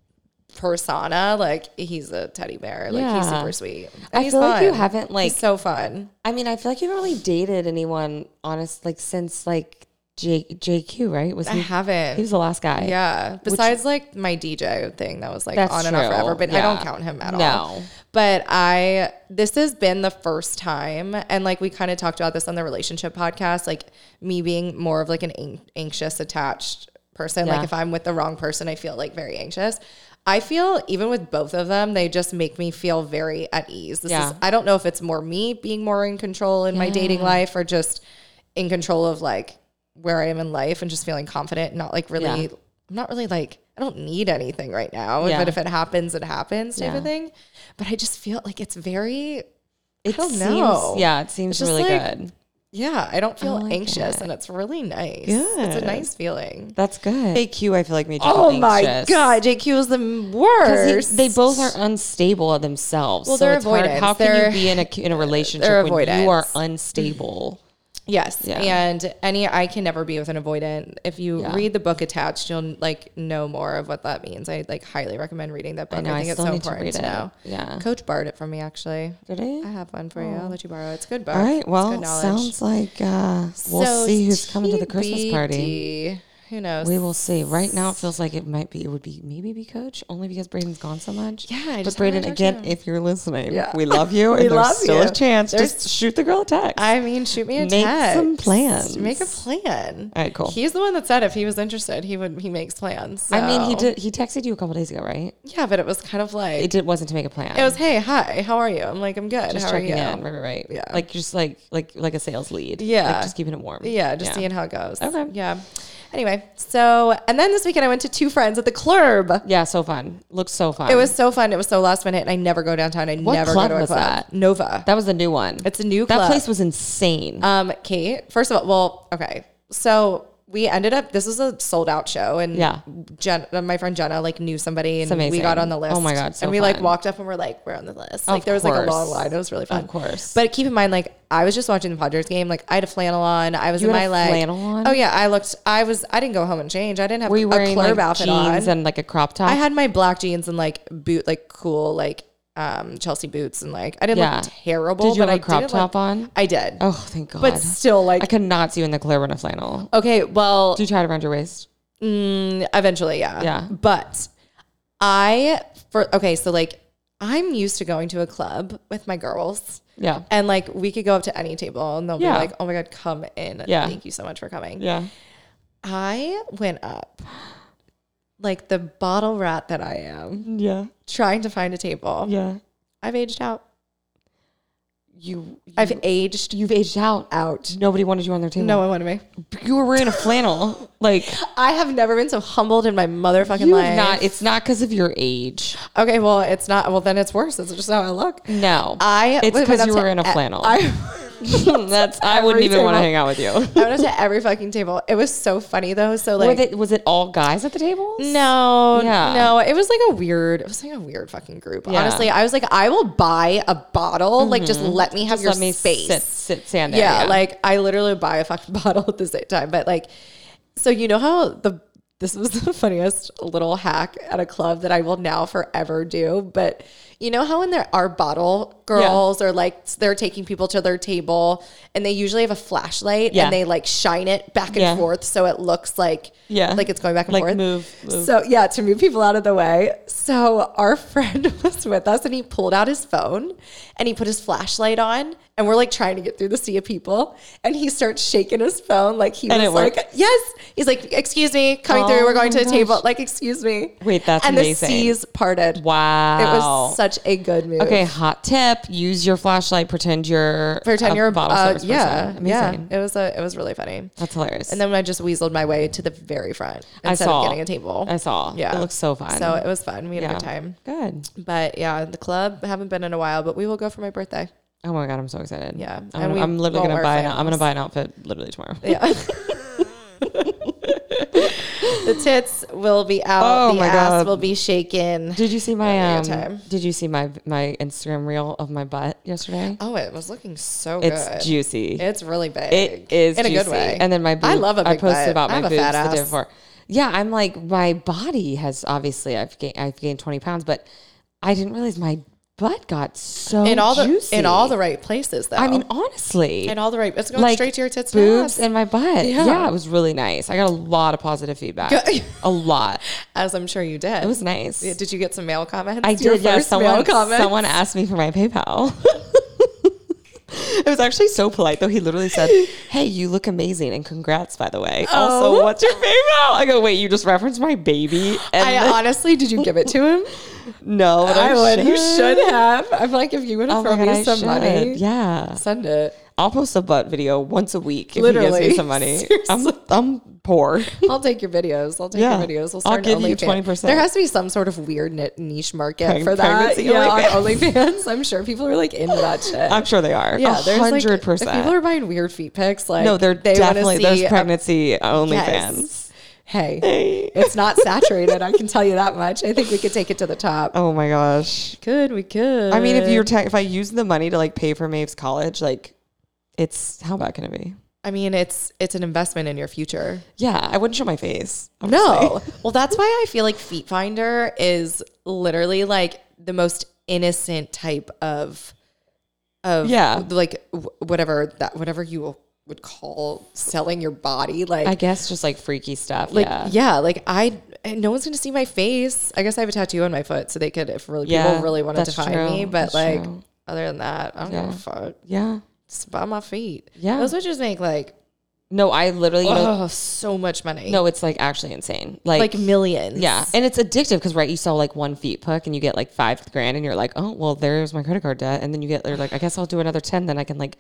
A: persona, like he's a teddy bear. Like he's
B: Yeah.
A: super sweet. And
B: I
A: he's
B: feel like you
A: fun.
B: haven't like.
A: He's so fun.
B: I mean, I feel like you haven't really dated anyone, honest, like since like J- JQ, right? Was
A: I
B: he?
A: haven't.
B: He was the last guy.
A: Yeah. Besides like my DJ thing that was like
B: That's
A: on and off
B: true.
A: forever, but I
B: Yeah.
A: don't count him at all.
B: No.
A: But I this has been the first time and like we kind of talked about this on the relationship podcast, like me being more of like an an- anxious attached person.
B: Yeah.
A: Like if I'm with the wrong person, I feel like very anxious. I feel even with both of them, they just make me feel very at ease. This
B: Yeah.
A: is I don't know if it's more me being more in control in my dating life or just in control of like where I am in life and just feeling confident, and not like really,
B: Yeah.
A: I'm not really like, I don't need anything right now.
B: Yeah.
A: But if it happens, it happens type
B: Yeah.
A: of thing. But I just feel like it's very
B: It
A: don't
B: seems,
A: know.
B: yeah, it seems
A: It's just
B: really
A: like-
B: good.
A: Yeah, I don't feel
B: like
A: anxious,
B: that.
A: and it's really nice. It's
B: Good.
A: a nice feeling.
B: That's good. AQ, I feel like made you
A: Oh
B: feel
A: my
B: anxious.
A: god, JQ is the
B: 'Cause he-
A: worst.
B: they both are unstable of themselves.
A: Well,
B: so
A: they're
B: it's hard.
A: avoidance.
B: How can
A: They're-
B: you be in a in a relationship
A: they're
B: when you are
A: avoidance.
B: unstable?
A: Yes,
B: Yeah.
A: and any I can never be with an avoidant. If you
B: Yeah.
A: read the book attached, you'll like know more of what that means. I like highly recommend reading that book. I,
B: know, I
A: think it's
B: still
A: so
B: need to
A: important
B: read
A: to,
B: it.
A: know.
B: Yeah.
A: Coach borrowed it from me actually.
B: Did I?
A: I have one for you. I'll let you borrow it. It's a good book.
B: All right.
A: It's
B: Well,
A: good knowledge.
B: sounds like uh, we'll
A: So,
B: see who's coming to the Christmas party.
A: TBD. Who knows?
B: We will see. Right now, it feels like it might be. It would be maybe be Coach, only because Braden's gone so much.
A: Yeah, I
B: but
A: just haven't
B: Braden,
A: talked to
B: again, if you're listening,
A: Yeah.
B: we love you, and
A: We
B: there's
A: love
B: still
A: you.
B: a chance.
A: There's-
B: Just shoot the girl a text.
A: I mean, shoot me a
B: Make
A: text.
B: some plans.
A: Make a plan.
B: All right, cool.
A: He's the one that said if he was interested, he would. He makes plans.
B: I mean, he
A: so-
B: did. He texted you a couple days ago, right?
A: Yeah, but it was kind of like
B: It did, wasn't to make a plan.
A: It was, hey, hi, how are you? I'm like, I'm good.
B: just
A: how are you?
B: checking in, right, right, right.
A: Yeah.
B: like just like like like a sales lead.
A: Yeah.
B: like just keeping it warm.
A: Yeah, just seeing how it goes.
B: Okay.
A: Yeah. Anyway, so and then this weekend I went to two friends at the club.
B: Yeah, so fun. Looks so fun.
A: It was so fun. It was so last minute. And I never go downtown. I never
B: club
A: go to a
B: was
A: club.
B: that?
A: Nova.
B: that was the new one.
A: it's a new
B: that
A: club.
B: place was insane.
A: Um, Kate, first of all, well, okay. So we ended up, this was a sold out show and
B: Yeah.
A: Jen, uh, my friend Jenna like knew somebody and we
B: amazing.
A: got on the list.
B: Oh my God, so
A: and we like
B: fun.
A: walked up and we're like, we're on the list. Like
B: Of
A: there was like a long
B: course.
A: line. It was really fun.
B: Of course.
A: But keep in mind, like I was just watching the Padres game. Like I had a flannel on. I was
B: You
A: in
B: had a
A: my like,
B: flannel on?
A: oh yeah. I looked, I was, I didn't go home and change. I didn't have
B: Were you
A: a
B: wearing
A: club
B: like
A: outfit on.
B: jeans and like a crop top?
A: I had my black jeans and like boot, like cool, like, um, Chelsea boots and like, I didn't
B: Yeah.
A: look terrible,
B: Did you
A: but
B: have
A: I
B: a crop
A: didn't,
B: top
A: like-
B: on?
A: I did.
B: oh, thank God.
A: But still, like,
B: I could not see you in the clear in a flannel.
A: Okay, well,
B: Do you tie it around your waist?
A: mm, eventually, yeah.
B: Yeah.
A: But I for okay, so like I'm used to going to a club with my girls.
B: Yeah.
A: And like we could go up to any table and they'll
B: Yeah.
A: be like, "Oh my god, come in!
B: Yeah.
A: Thank you so much for coming."
B: Yeah.
A: I went up like the bottle rat that I am,
B: Yeah.
A: trying to find a table.
B: Yeah.
A: I've aged out.
B: You, you Mm.
A: I've aged
B: you've aged out.
A: out.
B: Nobody wanted you on their table.
A: No one wanted me.
B: You were wearing a flannel. Like
A: I have never been so humbled in my motherfucking
B: you
A: life.
B: have not it's not because of your age.
A: okay, well, it's not. Well, then it's worse. It's just how I look.
B: No.
A: I would've
B: it's
A: been
B: because
A: up
B: you
A: to
B: were in a
A: e-
B: flannel.
A: I,
B: That's I wouldn't
A: every
B: even want to
A: table.
B: hang out with you.
A: I went up to every fucking table. It was so funny though. So
B: Were
A: like,
B: they- was it all guys at the table?
A: no,
B: Yeah.
A: no, it was like a weird. It was like a weird fucking group.
B: Yeah. Mm-hmm.
A: Honestly, I was like, I will buy a bottle. Like, just let me have your
B: Let me
A: space.
B: sit sit stand there.
A: yeah, like I literally would buy a fucking bottle at the same time. But like, so you know how the this was the funniest little hack at a club that I will now forever do. But you know how when there are bottle girls or like they're taking people to their table and they usually have a flashlight
B: Yeah.
A: and they like shine it back and
B: Yeah.
A: forth so it looks like
B: Yeah.
A: like it's going back and
B: Like,
A: forth.
B: move, move.
A: So yeah, to move people out of the way. So our friend was with us and he pulled out his phone and he put his flashlight on and we're like trying to get through the sea of people and he starts shaking his phone like he
B: And
A: was
B: it
A: like
B: worked?
A: yes he's like excuse me coming
B: Oh
A: through we're going to
B: my
A: the table
B: gosh.
A: like excuse me
B: Wait, that's
A: and
B: amazing.
A: the seas parted
B: wow.
A: it was such a good move
B: Okay, hot tip: use your flashlight. Pretend you're
A: pretend
B: a
A: you're
B: bottle
A: uh,
B: service
A: yeah
B: person. Amazing.
A: yeah it was a it was really funny
B: That's hilarious.
A: and then I just weaseled my way to the very front
B: I
A: instead
B: saw
A: of getting a table
B: I saw.
A: yeah
B: it looks so fun.
A: so it was fun we had a good time.
B: Good.
A: But yeah, the club haven't been in a while, but we will go for my birthday.
B: Oh my god, I'm so excited.
A: Yeah,
B: I'm,
A: and
B: gonna,
A: we
B: I'm literally
A: won't wear
B: gonna buy. An, I'm gonna
A: flannels.
B: buy an outfit literally tomorrow.
A: Yeah. the tits will be out.
B: Oh
A: the
B: my
A: ass
B: God.
A: will be shaken.
B: Did you see my
A: That'd
B: um?
A: be a time.
B: Did you see my my Instagram reel of my butt yesterday?
A: Oh, it was looking so
B: it's
A: good.
B: juicy.
A: It's really big.
B: It is
A: in a
B: juicy.
A: good way.
B: And then my boob,
A: I love a big
B: I posted
A: butt.
B: about
A: I
B: my
A: have a
B: boobs
A: fat
B: the day
A: ass.
B: before. Yeah, I'm like my body has obviously I've gained I've gained 20 pounds, but I didn't realize my butt got so
A: in all the
B: juicy.
A: in all the right places though.
B: I mean honestly,
A: in all the right. It's going straight to your tits, and
B: boobs,
A: ass.
B: and my butt.
A: Yeah.
B: Yeah. it was really nice. I got a lot of positive feedback.
A: Good.
B: a lot.
A: as I'm sure you did.
B: It was nice.
A: Did you get some male comments?
B: I
A: Your
B: did. Yeah,
A: first
B: someone
A: male comment.
B: someone asked me for my PayPal. it was actually so polite though. He literally said, "Hey, you look amazing, and congrats by the way.
A: Oh.
B: Also, what's your PayPal?" I go, "Wait, you just referenced my baby?" And
A: I
B: then-
A: honestly, did you give it to him?
B: no, but I,
A: I would. You
B: should.
A: should have. I'm like, if you want to
B: Oh my
A: throw
B: God,
A: me
B: I
A: some
B: should.
A: money,
B: Yeah.
A: send it.
B: I'll post a butt video once a week if Literally. he gives me some money. I'm, I'm poor.
A: I'll take your videos. I'll take
B: Yeah.
A: your videos. We'll
B: I'll
A: start an
B: give you
A: OnlyFans.
B: 20%.
A: There has to be some sort of weird ni- niche market
B: Preg-
A: for that.
B: pregnancy
A: Yeah, on OnlyFans. I'm sure people are like into that shit.
B: I'm sure they are.
A: yeah, there's like, if
B: hundred percent.
A: people are buying weird feet pics. Like
B: no, they're
A: they wanna
B: definitely there's
A: see a-
B: pregnancy only
A: Yes.
B: fans.
A: Hey,
B: Hey.
A: it's not saturated. I can tell you that much. I think we could take it to the top.
B: Oh my gosh.
A: Could we could?
B: I mean, if you're te- if I use the money to like pay for Maeve's college, like it's how bad can it be?
A: I mean, it's it's an investment in your future.
B: Yeah, I wouldn't show my face.
A: No. well, that's why I feel like Feet Finder is literally like the most innocent type of of
B: Yeah.
A: like w- whatever that whatever you would call selling your body like
B: I guess just like freaky stuff.
A: like yeah.
B: yeah.
A: like I and no one's gonna see my face. I guess I have a tattoo on my foot, so they could if really
B: Yeah,
A: people really wanted to
B: that's
A: find
B: true.
A: me. But
B: That's
A: like
B: true.
A: other than that, I don't
B: Yeah.
A: give a fuck.
B: Yeah.
A: Just buy my feet.
B: Yeah.
A: those would just make like
B: No, I literally you know,
A: oh so much money.
B: no, it's like actually insane. Like,
A: like millions.
B: yeah, and it's addictive because right, you sell like one feet pick and you get like five grand, and you're like, oh well, there's my credit card debt, and then you get they're like, I guess I'll do another ten, then I can like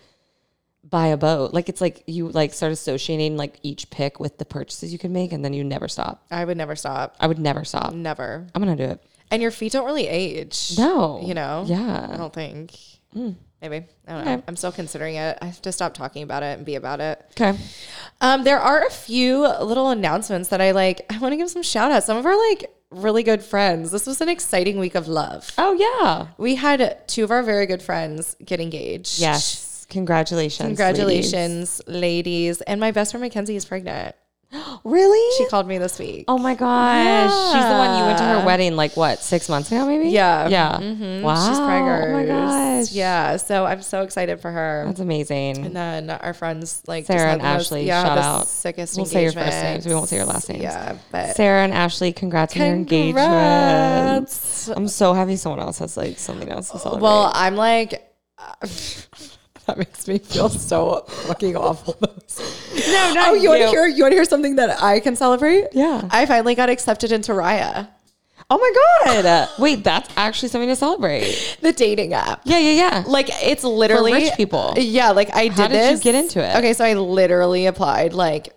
B: buy a boat. Like it's like you like start associating like each pick with the purchases you can make, and then you never stop.
A: I would never stop.
B: I would never stop.
A: Never.
B: I'm gonna do it.
A: And your feet don't really age.
B: No.
A: You know? I
B: Yeah. Mm.
A: don't think. Maybe. I don't know.
B: Okay.
A: I'm still considering it. I have to stop talking about it and be about it.
B: Okay.
A: Um, there are a few little announcements that I like. I want to give some shout outs. Some of our like really good friends. This was an exciting week of love.
B: Oh yeah.
A: We had two of our very good friends get engaged.
B: Yes. Congratulations.
A: Congratulations, ladies. And my best friend Mackenzie is pregnant.
B: ladies. Really?
A: She called me this week.
B: oh my gosh. She's the one you went to her
A: Yeah.
B: wedding like what, six months ago maybe?
A: Yeah. Mm-hmm.
B: Yeah. Wow.
A: She's pregnant.
B: Oh my gosh.
A: Yeah. So I'm so excited for her.
B: That's amazing.
A: And then our friends like just
B: Sarah
A: had
B: and
A: the most-
B: Ashley,
A: yeah,
B: shout
A: the
B: out.
A: Sickest
B: We'll say your first
A: engagements.
B: names. We won't say your last names.
A: Yeah, but
B: Sarah and Ashley, congrats, on your engagement.
A: Congrats.
B: I'm so happy someone else has like something else to celebrate.
A: Well, I'm like. uh, That makes me feel so fucking awful.
B: no, no.
A: oh, you want to hear? You want to hear something that I can celebrate?
B: Yeah.
A: I finally got accepted into Raya,
B: Oh my god. Wait, that's actually something to celebrate.
A: the dating app.
B: Yeah, yeah, yeah.
A: Like it's literally
B: rich people.
A: Yeah, like I did.
B: How did you
A: this-
B: get into it?
A: Okay, so I literally applied like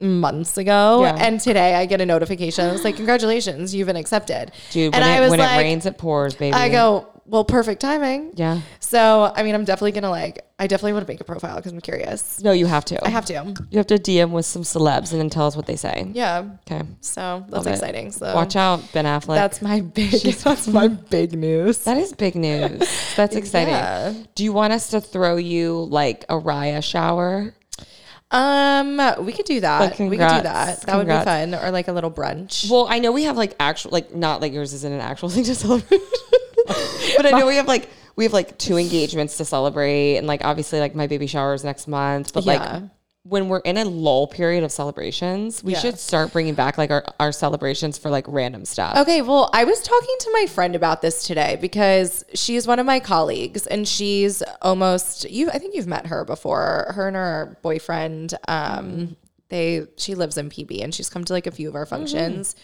A: months ago,
B: Yeah.
A: and today I get a notification. It's like, congratulations, you've been accepted.
B: Dude, when,
A: and
B: it,
A: I was
B: when
A: like,
B: it rains, it pours, baby.
A: I go, well, perfect timing.
B: Yeah.
A: So I mean, I'm definitely gonna like. I definitely want to make a profile because I'm curious.
B: No, you have to.
A: I have to.
B: You have to DM with some celebs and then tell us what they say.
A: Yeah.
B: Okay.
A: So that's
B: Love it.
A: exciting. So
B: Watch out, Ben Affleck.
A: that's my big. That's my big news.
B: that is big news. That's exciting.
A: Yeah.
B: Do you want us to throw you like a Raya shower?
A: Um, we could do that.
B: Like,
A: we could do
B: congrats.
A: that. That would be
B: Congrats.
A: fun, or like a little brunch.
B: Well, I know we have like actual, like not like yours isn't an actual thing to celebrate, but I know we have like we have like two engagements to celebrate, and like obviously like my baby shower is next month, but
A: Yeah.
B: like when we're in a lull period of celebrations, we
A: Yeah.
B: should start bringing back like our our celebrations for like random stuff.
A: Okay, well, I was talking to my friend about this today because she's one of my colleagues and she's almost you I think you've met her before. Her and her boyfriend um they she lives in PB and she's come to like a few of our functions.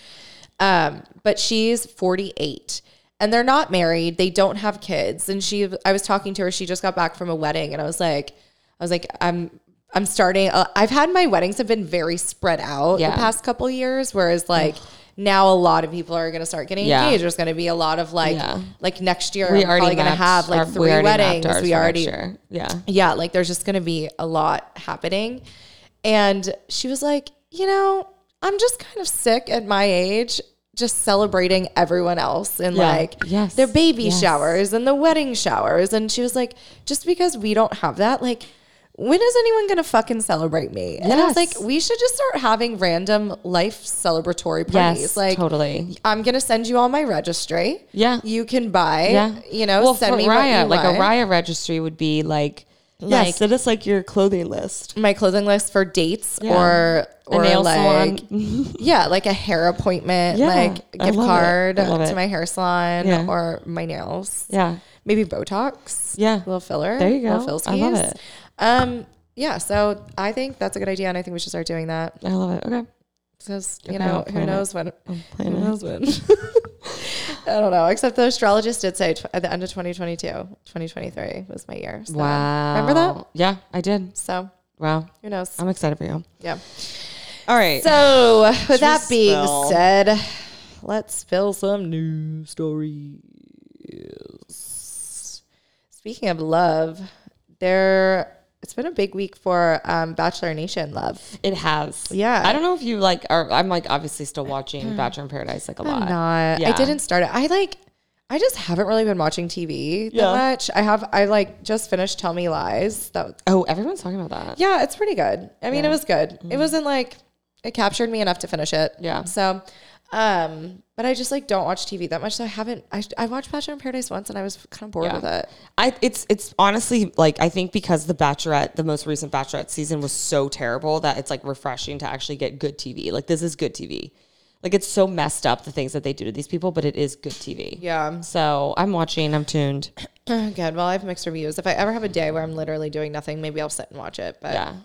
A: Um but she's 48 and they're not married. They don't have kids and she I was talking to her she just got back from a wedding and I was like I was like I'm I'm starting. Uh, I've had my weddings have been very spread out
B: Yeah.
A: the past couple years, whereas like now a lot of people are going to start getting
B: Yeah.
A: engaged. There's going to be a lot of like
B: Yeah.
A: like next year.
B: we
A: I'm
B: already
A: probably going to
B: mapped
A: have like
B: our- we
A: three
B: already mapped
A: weddings.
B: ours for
A: We
B: next
A: already
B: year. yeah.
A: yeah, like there's just going to be a lot happening. And she was like, you know, I'm just kind of sick at my age just celebrating everyone else and
B: Yeah.
A: like
B: Yes.
A: their baby
B: Yes.
A: showers and the wedding showers. And she was like, just because we don't have that, like, when is anyone gonna fucking celebrate me? And I was like,
B: Yes.
A: we should just start having random life celebratory parties.
B: Yes,
A: like,
B: totally.
A: I'm gonna send you all my registry.
B: Yeah.
A: you can buy.
B: Yeah.
A: you know, send
B: for
A: me what
B: Raya,
A: you
B: like
A: want.
B: a Raya registry would be like, yeah,
A: Like-
B: send us like your clothing list.
A: my clothing list for dates
B: Yeah.
A: or
B: A
A: or
B: nail
A: like
B: salon.
A: yeah, like a hair appointment,
B: Yeah,
A: like
B: I
A: gift
B: love it.
A: card
B: I love
A: to
B: it.
A: my hair salon
B: Yeah.
A: or my nails.
B: yeah.
A: Maybe Botox.
B: Yeah.
A: A little filler.
B: There you
A: a
B: go.
A: Little
B: I love
A: Filskies.
B: it.
A: Um yeah, so I think that's a good idea and I think we should start doing that.
B: I love it. Okay. Mm-hmm.
A: Because you
B: Okay, I'll
A: know, who
B: plan it.
A: knows when
B: I'm
A: who
B: planning.
A: knows when I don't know. Except the astrologist did say tw- at the end of 2022, 2023 was my year. So.
B: Wow.
A: Remember that?
B: Yeah, I did.
A: So
B: Wow.
A: who knows?
B: I'm excited for you.
A: yeah.
B: All right.
A: So with that
B: we
A: being
B: spill?
A: said, let's spill some news stories. Speaking of love, there it's been a big week for um, Bachelor Nation love.
B: it has.
A: Yeah.
B: I don't know if you like are I'm like obviously still watching Bachelor in Paradise like a lot.
A: I'm not. I
B: Yeah.
A: didn't start it. I like. I just haven't really been watching TV that
B: Yeah.
A: much. I have. I like just finished Tell Me Lies. That
B: Oh, everyone's talking about that.
A: yeah, it's pretty good. I mean, it was good. It wasn't like it captured me enough to finish it.
B: Mm-hmm. Yeah.
A: So, um, but I just like don't watch TV that much. So I haven't. I I watched Bachelor in Paradise once, and I was kind of bored
B: Yeah.
A: with it.
B: I it's it's honestly like I think because the Bachelorette, the most recent Bachelorette season was so terrible that it's like refreshing to actually get good TV. Like this is good TV. Like it's so messed up the things that they do to these people, but it is good TV.
A: Yeah.
B: So I'm watching. I'm tuned.
A: good. Well, I have mixed reviews. If I ever have a day where I'm literally doing nothing, maybe I'll sit and watch it. But
B: Yeah. All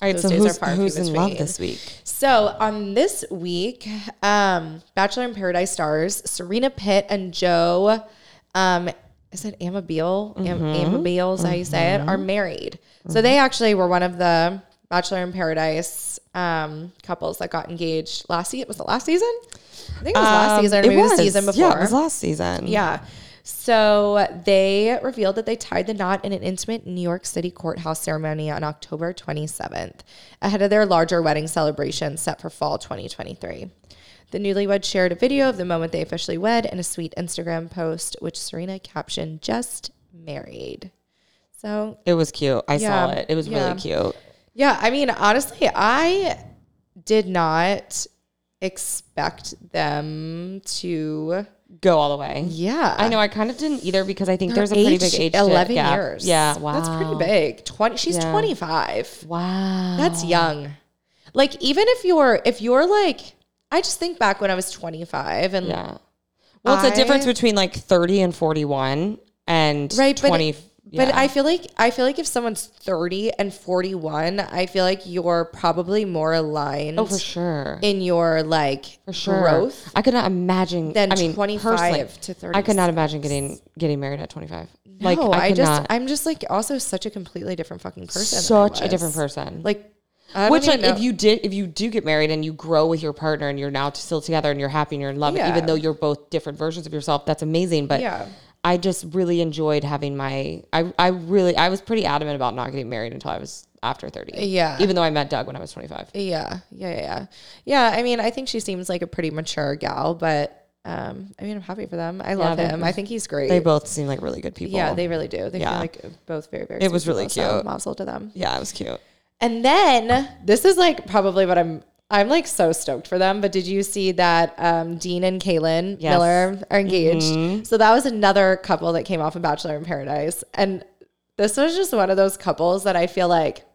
B: right.
A: Those
B: so
A: days are
B: who's,
A: far and few
B: who's in
A: between.
B: love this week?
A: So on this week, um, Bachelor in Paradise stars Serena Pitt and Joe. Um, is it Amabile?
B: Mm-hmm.
A: Am- Amabile is how you say it. Are married. So they actually were one of the Bachelor in Paradise um, couples that got engaged last season. Was it last season? I think it was last
B: Um,
A: season. Or
B: it
A: maybe the
B: was.
A: season before.
B: Yeah, it was last season.
A: Yeah. So they revealed that they tied the knot in an intimate New York City courthouse ceremony on October 27th, ahead of their larger wedding celebration set for fall 2023. The newlyweds shared a video of the moment they officially wed and a sweet Instagram post, which Serena captioned, just married. So,
B: It was cute. I
A: Yeah.
B: saw it. It was
A: Yeah.
B: really cute.
A: yeah, I mean, honestly, I did not expect them to.
B: Go all the way.
A: Yeah.
B: I know. I kind of didn't either because I think there's a pretty big age di-
A: Eleven
B: gap.
A: years.
B: Yeah. Wow.
A: that's pretty big. Twenty. She's
B: Yeah.
A: twenty five.
B: Wow.
A: That's young. Like even if you're if you're like, I just think back when I was twenty five and
B: yeah. Well, it's a
A: I-
B: difference between like 30 and 41 and
A: right, but
B: 20.
A: But
B: yeah.
A: I feel like I feel like if someone's thirty and forty one, I feel like you're probably more aligned
B: Oh, for sure.
A: in your like
B: For sure.
A: growth
B: I could not imagine.
A: than
B: I mean,
A: twenty
B: personally,
A: five to thirty.
B: I could not imagine getting getting married at 25.
A: No,
B: like I,
A: I,
B: could
A: just
B: not.
A: I'm just like also such a completely different fucking person. than I
B: such a
A: was.
B: different person.
A: Like, I uh, don't
B: Which,
A: even
B: like,
A: know.
B: if you did, if you do get married and you grow with your partner and you're now still together and you're happy and you're in love,
A: Yeah.
B: even though you're both different versions of yourself, that's amazing. But
A: Yeah.
B: I just really enjoyed having my. I I really I was pretty adamant about not getting married until I was after thirty.
A: Yeah.
B: Even though I met Doug when I was twenty five.
A: Yeah, yeah, yeah, yeah. Yeah, I mean, I think she seems like a pretty mature gal, but um, I mean, I'm happy for them. I love
B: they-
A: him. I think he's great.
B: They both seem like really good people.
A: yeah, they really do. They feel
B: Yeah.
A: like both very, very.
B: It was
A: sweet
B: really
A: people, so
B: cute.
A: Mazel to them.
B: Yeah, it was cute.
A: And then this is like probably what I'm. I'm like so stoked for them. But did you see that um, Dean and Kaylin
B: Yes. Mm-hmm.
A: Miller are engaged? So that was another couple that came off in Bachelor in Paradise, and this was just one of those couples that I feel like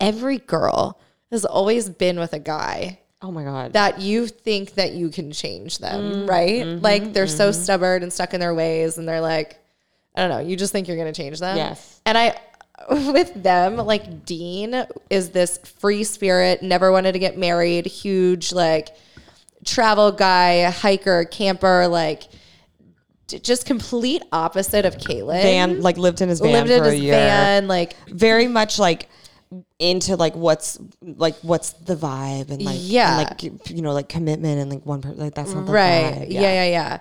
A: every girl has always been with a guy
B: Oh my god.
A: that you think that you can change
B: Mm-hmm.
A: them, right? Like they're so stubborn and stuck in their ways and they're like I don't know, you just think you're going to change them.
B: Yes.
A: And I with them like Dean is this free spirit, never wanted to get married, huge like travel guy, hiker, camper, like j- just complete opposite of Caitlyn.
B: van like lived in his van
A: lived
B: for
A: in
B: a
A: his
B: year.
A: van, like
B: Very much like into like what's like what's the vibe and like and,
A: Yeah.
B: like you know like commitment and like one person like that's not the
A: right
B: vibe.
A: yeah. yeah yeah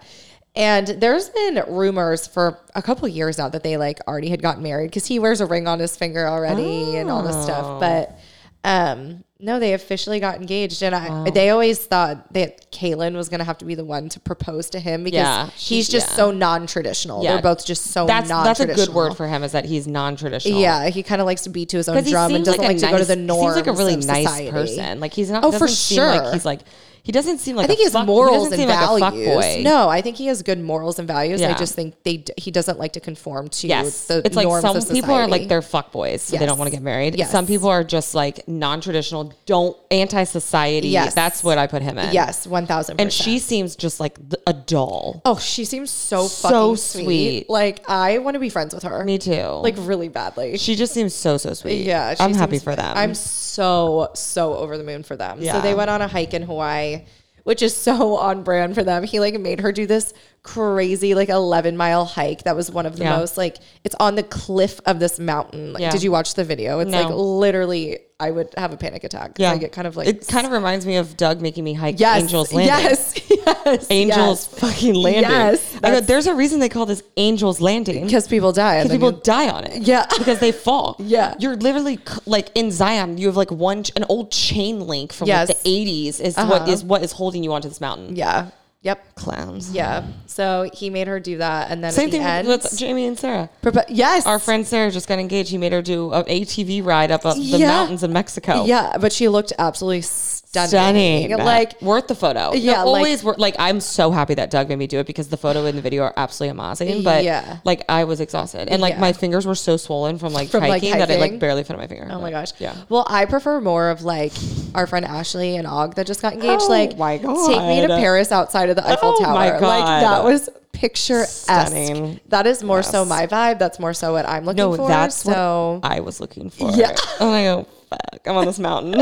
A: and there's been rumors for a couple years now that they like already had gotten married because he wears a ring on his finger already and all this
B: Oh.
A: stuff but um no they officially got engaged and i they always thought that Kaylin was gonna have to be the one to propose to him because
B: Yeah,
A: he's
B: she-
A: just
B: yeah.
A: so non-traditional
B: Yeah.
A: they're both just so
B: that's that's a
A: non-traditional
B: good word for him is that he's non-traditional.
A: yeah he kind of likes to beat to his own
B: Because he
A: drum and
B: seems
A: doesn't
B: like,
A: like,
B: a
A: to
B: nice,
A: go to the norms
B: He seems like a really
A: of
B: nice
A: society.
B: person. Like he's not.
A: Oh,
B: Oh,
A: for
B: for seem
A: sure.
B: Like he's like he doesn't seem like.
A: I think
B: a
A: he has
B: fuck,
A: morals
B: he
A: and
B: doesn't seem like a
A: values.
B: fuck boy.
A: No, I think he has good morals and values. I
B: Yeah.
A: just think they d- he doesn't like to conform to
B: Yes,
A: the
B: it's like
A: norms
B: some
A: of
B: people are like
A: society.
B: they're fuck boys, so
A: Yes.
B: they don't want to get married.
A: Yes.
B: Some people are just like non-traditional, don't anti-society.
A: Yes.
B: that's what I put him in.
A: yes, one thousand.
B: and she seems just like th- a doll.
A: oh, she seems so
B: So
A: fucking sweet.
B: sweet.
A: Like I want to be friends with her.
B: Me too. Like
A: Like really badly.
B: she just seems so so sweet.
A: yeah, she
B: I'm happy
A: seems-
B: for them.
A: I'm so so over the moon for them. So
B: Yeah.
A: they went on a hike in Hawaii. which is so on brand for them. He like made her do this crazy like 11 mile hike. That was one of the
B: Yeah.
A: most like it's on the cliff of this mountain. Like,
B: Yeah.
A: Did you watch the video? It's
B: No.
A: like literally, I would have a panic attack. 'cause
B: Yeah.
A: I get kind of like
B: it kind of reminds me of Doug making me hike
A: yes,
B: Angels Landing.
A: Yes, yes,
B: Angels fucking landing.
A: Yes,
B: I go,
A: that's-
B: there's a reason they call this Angels Landing.
A: because people die. and
B: Because
A: then
B: people
A: you-
B: die on it.
A: Yeah.
B: Because they fall.
A: Yeah.
B: You're literally c- like in Zion, you have like one, ch- an old chain link from
A: Yes.
B: like the 80s is what
A: Uh-huh.
B: is what is holding you onto this mountain.
A: yeah, yep,
B: Clowns.
A: yeah. So he made her do that, and then
B: Same
A: at the
B: thing
A: end,
B: with Jamie and Sarah.
A: propo- yes,
B: Our friend Sarah just got engaged. He made her do an ATV ride up, up the
A: Yeah.
B: mountains in Mexico.
A: Yeah, but she looked absolutely stunning.
B: Oh. Stunning.
A: Like
B: worth the photo.
A: Yeah,
B: They're
A: like-
B: always worth. Like I'm so happy that Doug made me do it because the photo and the video are absolutely amazing. But
A: Yeah.
B: like I was exhausted and like
A: Yeah.
B: my fingers were so swollen from like,
A: From,
B: hiking,
A: like,
B: that it like
A: hiking.
B: barely fit on my finger.
A: Oh my gosh.
B: Yeah.
A: Well, I prefer more of like our friend Ashley and Og that just got engaged.
B: Oh
A: like,
B: my
A: take me to
B: God.
A: Paris outside of the Eiffel
B: Oh
A: Tower.
B: my God.
A: Like that was picturesque.
B: Stunning.
A: That is more so
B: Yes.
A: my vibe. That's more so what I'm looking
B: No,
A: for.
B: that's
A: so
B: what I was looking for.
A: Yeah.
B: Oh my god. Fuck. I'm on this mountain.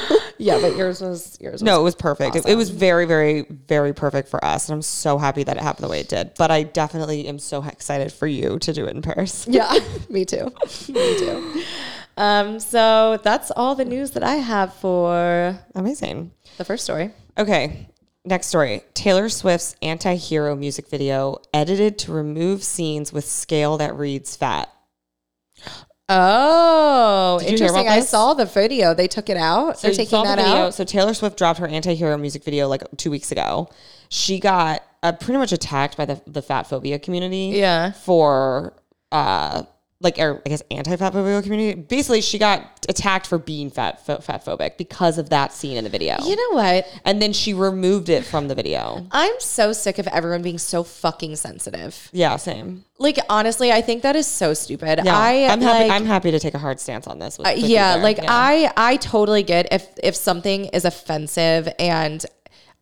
A: yeah, but yours was yours. Was,
B: no, it was perfect. It, it was very, very, very perfect for us. And I'm so happy that it happened the way it did. But I definitely am so excited for you to do it in Paris.
A: Yeah, me too. me too. Um, so that's all the news that I have for
B: Amazing.
A: the first story.
B: Okay. Next story Taylor Swift's anti hero music video edited to remove scenes with scale that reads fat.
A: Oh,
B: you hear about
A: interesting. I
B: this?
A: saw the video. They took it out. They're
B: you
A: taking
B: saw the
A: that
B: video.
A: out.
B: So Taylor Swift dropped her anti-hero music video like two weeks ago. She got uh, pretty much attacked by the the fat phobia community.
A: Yeah.
B: For uh, like or I guess anti-fat phobia community. Basically, she got attacked for being fat pho- fat phobic because of that scene in the video.
A: You know what?
B: and then she removed it from the video.
A: I'm so sick of everyone being so fucking sensitive.
B: Yeah, same.
A: Like honestly, I think that is so stupid.
B: Yeah,
A: I
B: am happy.
A: like, Uh,
B: I'm happy to take a hard stance on this. With, with you
A: yeah,
B: there.
A: like
B: Yeah.
A: I I totally get if if something is offensive and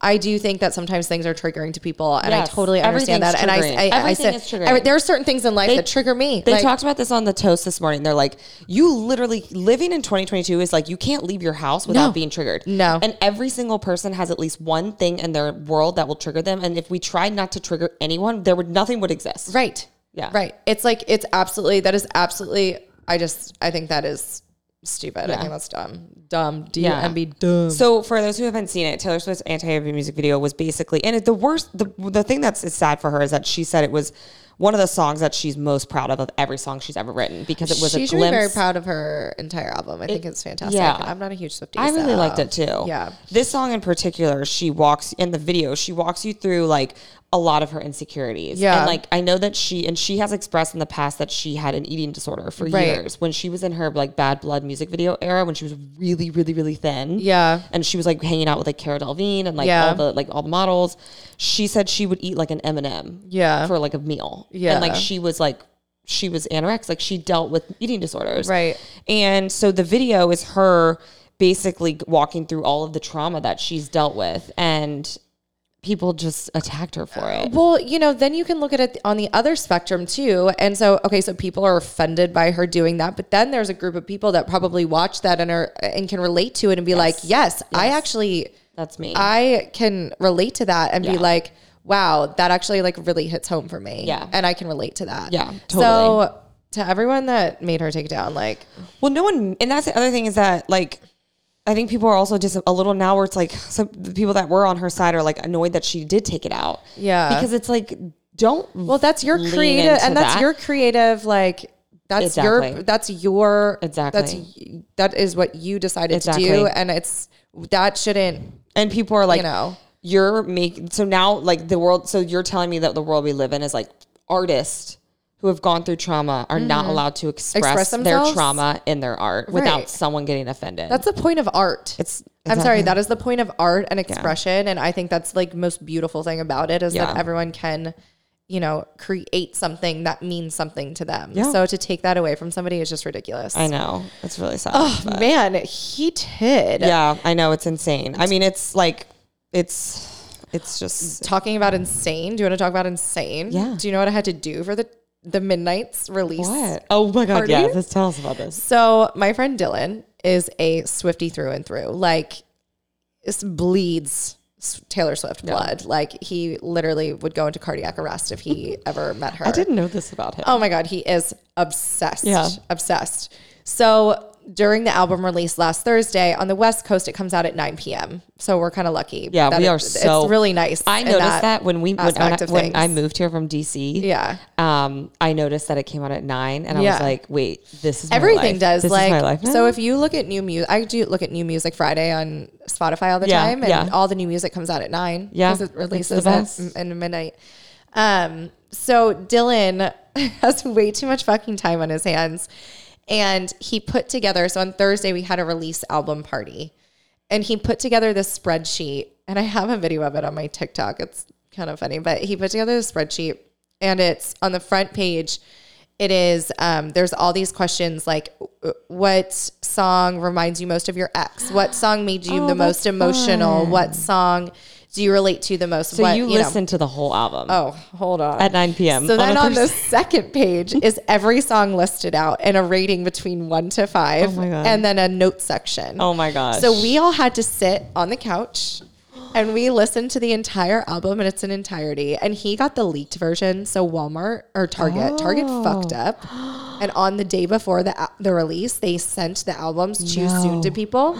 A: I do think that sometimes things are triggering to people, and
B: Yes,
A: I totally understand that.
B: everything's
A: And I,
B: triggering.
A: I, I, I
B: Everything
A: said,
B: is triggering.
A: I- there are certain things in life that trigger me.
B: They
A: Like,
B: talked about this on the toast this morning. They're like, you literally living in 2022 is like you can't leave your house without
A: No.
B: being triggered.
A: No.
B: And every single person has at least one thing in their world that will trigger them. And if we tried not to trigger anyone, there would nothing would exist.
A: right,
B: Yeah.
A: right. It's like it's absolutely that is absolutely. I just I think that is stupid. I think that's dumb, dumb, D U M B dumb.
B: So for those who haven't seen it, Taylor Swift's anti-heavy music video was basically, and it, the worst, the, the thing that's is sad for her is that she said it was one of the songs that she's most proud of of every song she's ever written because it was
A: she
B: a
A: should be very
B: glimpse.
A: proud of her entire album. I think it's fantastic.
B: yeah.
A: I'm not a huge Swiftie.
B: I really
A: so-
B: liked it too.
A: Yeah.
B: This song in particular, she walks in the video, she walks you through like a lot of her insecurities.
A: Yeah.
B: And like I know that she and she has expressed in the past that she had an eating disorder for
A: Right.
B: years when she was in her like bad blood music video era when she was really, really, really thin.
A: Yeah.
B: And she was like hanging out with like Cara Delevingne and like
A: Yeah.
B: all the like all the models. She said she would eat like an M&M
A: Yeah.
B: for like a meal.
A: Yeah.
B: And like she was like she was anorexic. Like she dealt with eating disorders.
A: Right.
B: And so the video is her basically walking through all of the trauma that she's dealt with and people just attacked her for it.
A: Well, you know, then you can look at it on the other spectrum too. And so, okay, so people are offended by her doing that, but then there's a group of people that probably watch that and are and can relate to it and be like, yes, I actually,
B: That's me.
A: I can relate to that and
B: Yeah.
A: be like, wow, that actually like really hits home for me.
B: Yeah.
A: and I can relate to that.
B: Yeah, totally.
A: So to everyone that made her take it down, like,
B: well, no one and that's the other thing is that like I think people are also just a little now where it's like some the people that were on her side are like annoyed that she did take it out.
A: Yeah.
B: Because it's like don't
A: well, that's your
B: lean
A: creative,
B: into
A: and that's
B: that.
A: your creative, like. That's
B: Exactly.
A: your. That's your.
B: Exactly.
A: That's y- that is what you decided
B: Exactly.
A: to do, and it's that shouldn't
B: and people are like
A: You know.
B: you're making so now like the world so you're telling me that the world we live in is like artists who have gone through trauma are not allowed to express,
A: Mm-hmm. Express
B: their
A: themselves?
B: trauma in their art without
A: Right.
B: someone getting offended
A: That's the point of art.
B: It's-
A: I'm
B: exactly.
A: sorry, that is the point of art and expression. And I think that's like most beautiful thing about it is
B: Yeah.
A: that everyone can, you know, create something that means something to them.
B: Yeah.
A: So to take that away from somebody is just ridiculous.
B: i know it's really sad but-
A: Man, he did.
B: yeah i know it's insane i mean it's like it's it's just
A: Talking about insane. Do you want to talk about insane?
B: Yeah.
A: Do you know what I had to do for the the midnight's release?
B: what oh my god
A: Party?
B: yeah this tell us about this
A: So my friend Dylan is a Swifty through and through. Like, this bleeds S- Taylor Swift blood. Like he literally would go into cardiac arrest if he ever met her.
B: I didn't know this about him.
A: Oh my God, he is obsessed.
B: Yeah.
A: Obsessed. So during the album release last Thursday on the West Coast, it comes out at 9 p.m. So we're kind of lucky.
B: Yeah,
A: that
B: we
A: it-
B: are so-
A: It's really nice.
B: I
A: in
B: noticed that, when we when, I,
A: aspect of
B: when I
A: things.
B: moved here from DC.
A: Yeah.
B: Um, I noticed that it came out at nine, and I
A: Yeah.
B: was like, "Wait, this is my
A: Everything
B: life.
A: does
B: This is
A: like
B: my life now?
A: so. If you look at new music, I do look at new music Friday on Spotify all the
B: Yeah,
A: time, and
B: yeah.
A: all the new music comes out at nine.
B: Yeah,
A: because
B: it's
A: it
B: the
A: releases at
B: best.
A: m- in midnight. Um, so Dylan has way too much fucking time on his hands, and he put together. So on Thursday we had a release album party, and he put together this spreadsheet, and I have a video of it on my TikTok. It's kind of funny, but he put together the spreadsheet, and it's on the front page it is um, there's all these questions like w- what song reminds you most of your ex what song made
B: Oh,
A: you the most emotional what song do you relate to the most
B: so
A: what
B: you,
A: know.
B: listen to the whole album
A: oh hold on
B: at nine p.m.
A: so then
B: a
A: on the
B: Thursday.
A: second page is every song listed out and a rating between one to five
B: Oh my God.
A: and then a note section
B: oh my gosh,
A: so we all had to sit on the couch and we listened to the entire album in its entirety. And he got the leaked version. So Walmart or Target, Target
B: Oh.
A: fucked up. And on the day before the, al- the release, they sent the albums too soon
B: No.
A: to people.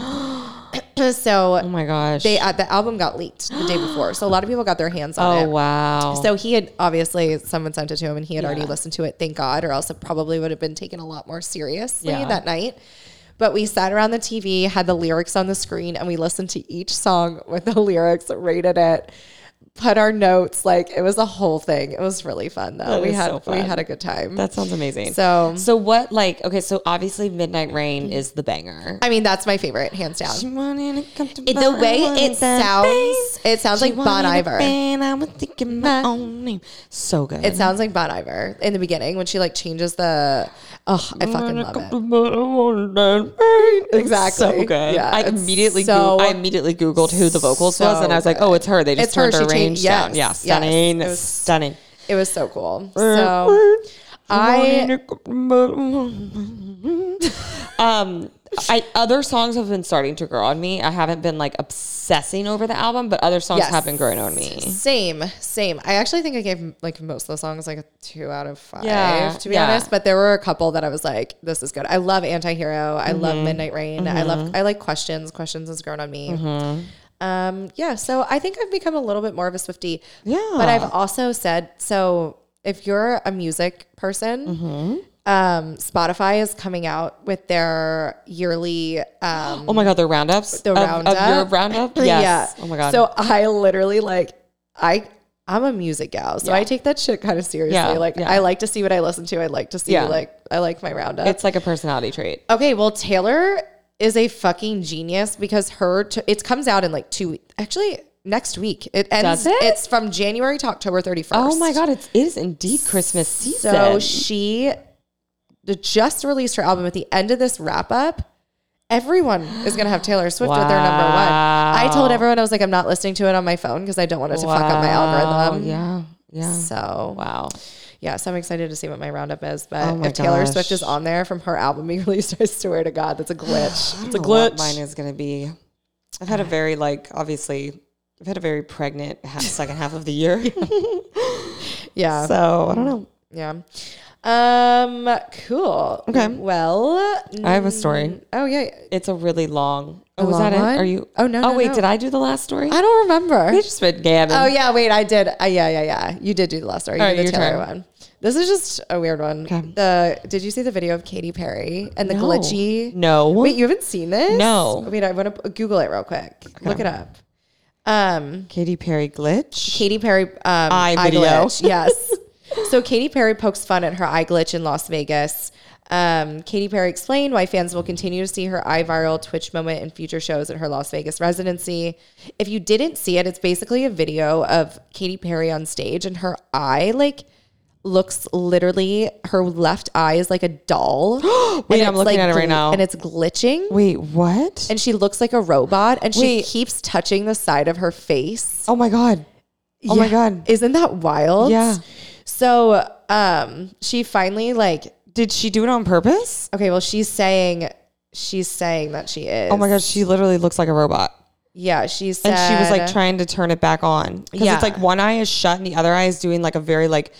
A: so
B: oh my gosh,
A: they, uh, the album got leaked the day before. So a lot of people got their hands on it.
B: oh wow,
A: So he had obviously someone sent it to him and he had already listened to it, thank God, or else it probably would have been taken a lot more seriously
B: Yeah.
A: that night. But we sat around the TV, had the lyrics on the screen, and we listened to each song with the lyrics, rated it, put our notes. Like it was a whole thing. It was really fun though.
B: That
A: we
B: is
A: had
B: so
A: we
B: fun.
A: had a good time.
B: that sounds amazing.
A: So-
B: so what? Like, okay, so obviously, Midnight Rain is the banger.
A: I mean, that's my favorite, hands down.
B: She wanted to come to
A: It- the way
B: my
A: it sounds, it sounds
B: She
A: like Bon
B: wanted a
A: Iver.
B: band, I was thinking my own name. So good.
A: It sounds like Bon Iver in the beginning when she like changes the. Oh, I fucking love it.
B: it.
A: Exactly.
B: So good.
A: Yeah,
B: I
A: it's
B: immediately
A: so-
B: goo- I immediately googled who the vocals
A: so
B: was and I was like,
A: good.
B: "Oh, it's her. They just
A: It's her.
B: turned her,
A: She
B: range
A: changed-
B: down."
A: yes, yes.
B: Yeah, stunning.
A: It was-
B: stunning.
A: It was so cool. So I
B: um I other songs have been starting to grow on me. I haven't been like obsessing over the album, but other songs
A: Yes.
B: have been growing on me.
A: same same. I actually think I gave like most of the songs like a two out of five
B: Yeah,
A: to be
B: yeah.
A: honest. But there were a couple that I was like, this is good. I love Antihero. I love
B: Mm-hmm.
A: Midnight Rain. I love I like Questions. Questions has grown on me.
B: Mm-hmm.
A: Um, yeah. So I think I've become a little bit more of a Swifty.
B: Yeah.
A: But I've also said so. If you're a music person,
B: Mm-hmm.
A: um, Spotify is coming out with their yearly um,
B: Oh my god, the roundups.
A: the
B: of,
A: roundup
B: of your roundup. Yes.
A: Yeah.
B: Oh my god.
A: So I literally like I I'm a music gal, so I take that shit kind of seriously.
B: Yeah,
A: Like
B: yeah.
A: I like to see what I listen to. I like to see
B: Yeah.
A: like I like my roundup.
B: it's like a personality trait.
A: okay, well Taylor is a fucking genius because her t- it comes out in like two weeks. Actually, next week it ends.
B: Does it?
A: It's from January to October 31st.
B: Oh my god, it's, it is indeed Christmas season.
A: So she d- just released her album at the end of this wrap up. Everyone is going to have Taylor Swift with their number one. I told
B: Wow.
A: everyone I was like, I'm not listening to it on my phone because I don't want it to fuck up my algorithm.
B: Yeah. Yeah.
A: So
B: Wow.
A: yeah, so I'm excited to see what my roundup is. But
B: Oh my
A: if Taylor
B: gosh.
A: Swift is on there from her album being released, I swear to God, that's a glitch. It's a
B: I don't know what
A: glitch.
B: Mine is gonna be. I've had a very like obviously. I've had a very pregnant half, second half of the year.
A: Yeah,
B: So I don't know.
A: yeah. Um, cool.
B: Okay.
A: Well,
B: I have a story.
A: oh yeah,
B: It's a really long. Oh, was
A: long
B: that
A: one?
B: it? Are you?
A: Oh, no,
B: Oh
A: no,
B: wait,
A: no.
B: did I do the last story?
A: I don't remember.
B: We just been gabbing.
A: Oh yeah, wait, I did. Uh, yeah, yeah, yeah. You did do the last story. You
B: All right,
A: did the
B: your
A: Taylor
B: turn.
A: one. This is just a weird one. The did you see the video of Katy Perry and the
B: No.
A: glitchy?
B: No.
A: Wait, you haven't seen this?
B: No.
A: Wait, I want to Google it real quick. Look it up. Um,
B: Katy Perry glitch.
A: Katy Perry um, eye,
B: video.
A: glitch. Yes. so Katy Perry pokes fun at her eye glitch in Las Vegas. Um, Katy Perry explained why fans will continue to see her eye viral Twitch moment in future shows at her Las Vegas residency. If you didn't see it, it's basically a video of Katy Perry on stage and her eye like looks literally her left eye is like a doll.
B: Wait,
A: And
B: I'm
A: it's,
B: looking at it right
A: gl-
B: now.
A: And it's glitching.
B: Wait, what?
A: And she looks like a robot and she
B: Wait.
A: keeps touching the side of her face.
B: oh my god. Oh my
A: Yeah.
B: god.
A: Isn't that wild?
B: Yeah.
A: So um she finally like
B: Did she do it on purpose?
A: okay, well she's saying she's saying that she is.
B: Oh my gosh, she literally looks like a robot.
A: Yeah, she said.
B: Oh and she was like trying to turn it back on because
A: Yeah.
B: it's like one eye is shut and the other eye is doing like a very like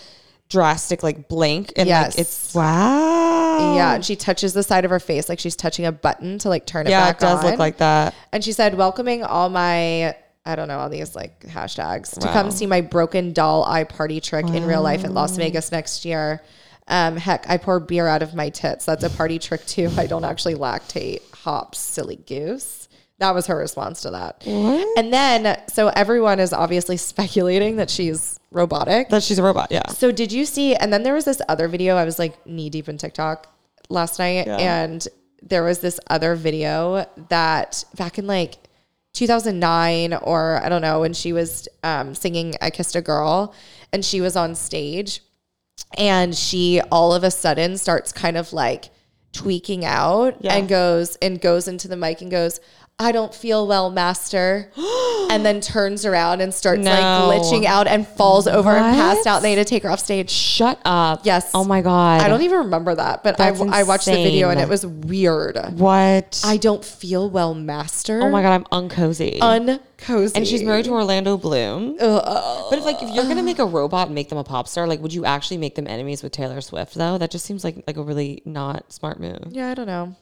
B: drastic like blink and
A: Yes.
B: like it's wow
A: Yeah, and she touches the side of her face like she's touching a button to like turn it
B: yeah
A: back
B: it does
A: on.
B: look like that
A: And she said, welcoming all my, I don't know, all these like hashtags to come see my broken doll eye party trick in real life at Las Vegas next year. Um, heck, I pour beer out of my tits. That's a party trick too. I don't actually lactate. Hops, silly goose. That was her response to that. And then, so everyone is obviously speculating that she's robotic.
B: that she's a robot yeah
A: So did you see? And then there was this other video. I was like knee deep in TikTok last night,
B: Yeah.
A: and there was this other video that back in like 2009 or I don't know when she was um, singing "I Kissed a Girl" and she was on stage, and she all of a sudden starts kind of like tweaking out
B: Yeah.
A: and goes and goes into the mic and goes. I don't feel well, master. and then turns around and starts like
B: No.
A: glitching out and falls over and
B: What?
A: passed out and they had to take her off stage.
B: shut up
A: Yes.
B: oh my god
A: I don't even remember that, but I,
B: That's
A: I watched the video and it
B: insane.
A: was weird.
B: what
A: I don't feel well, master.
B: oh my god i'm uncozy
A: Uncozy.
B: and she's married to Orlando Bloom. But if, like, if you're gonna make a robot and make them a pop star, like, would you actually make them enemies with Taylor Swift? Though that just seems like like a really not smart move.
A: Yeah, I don't know.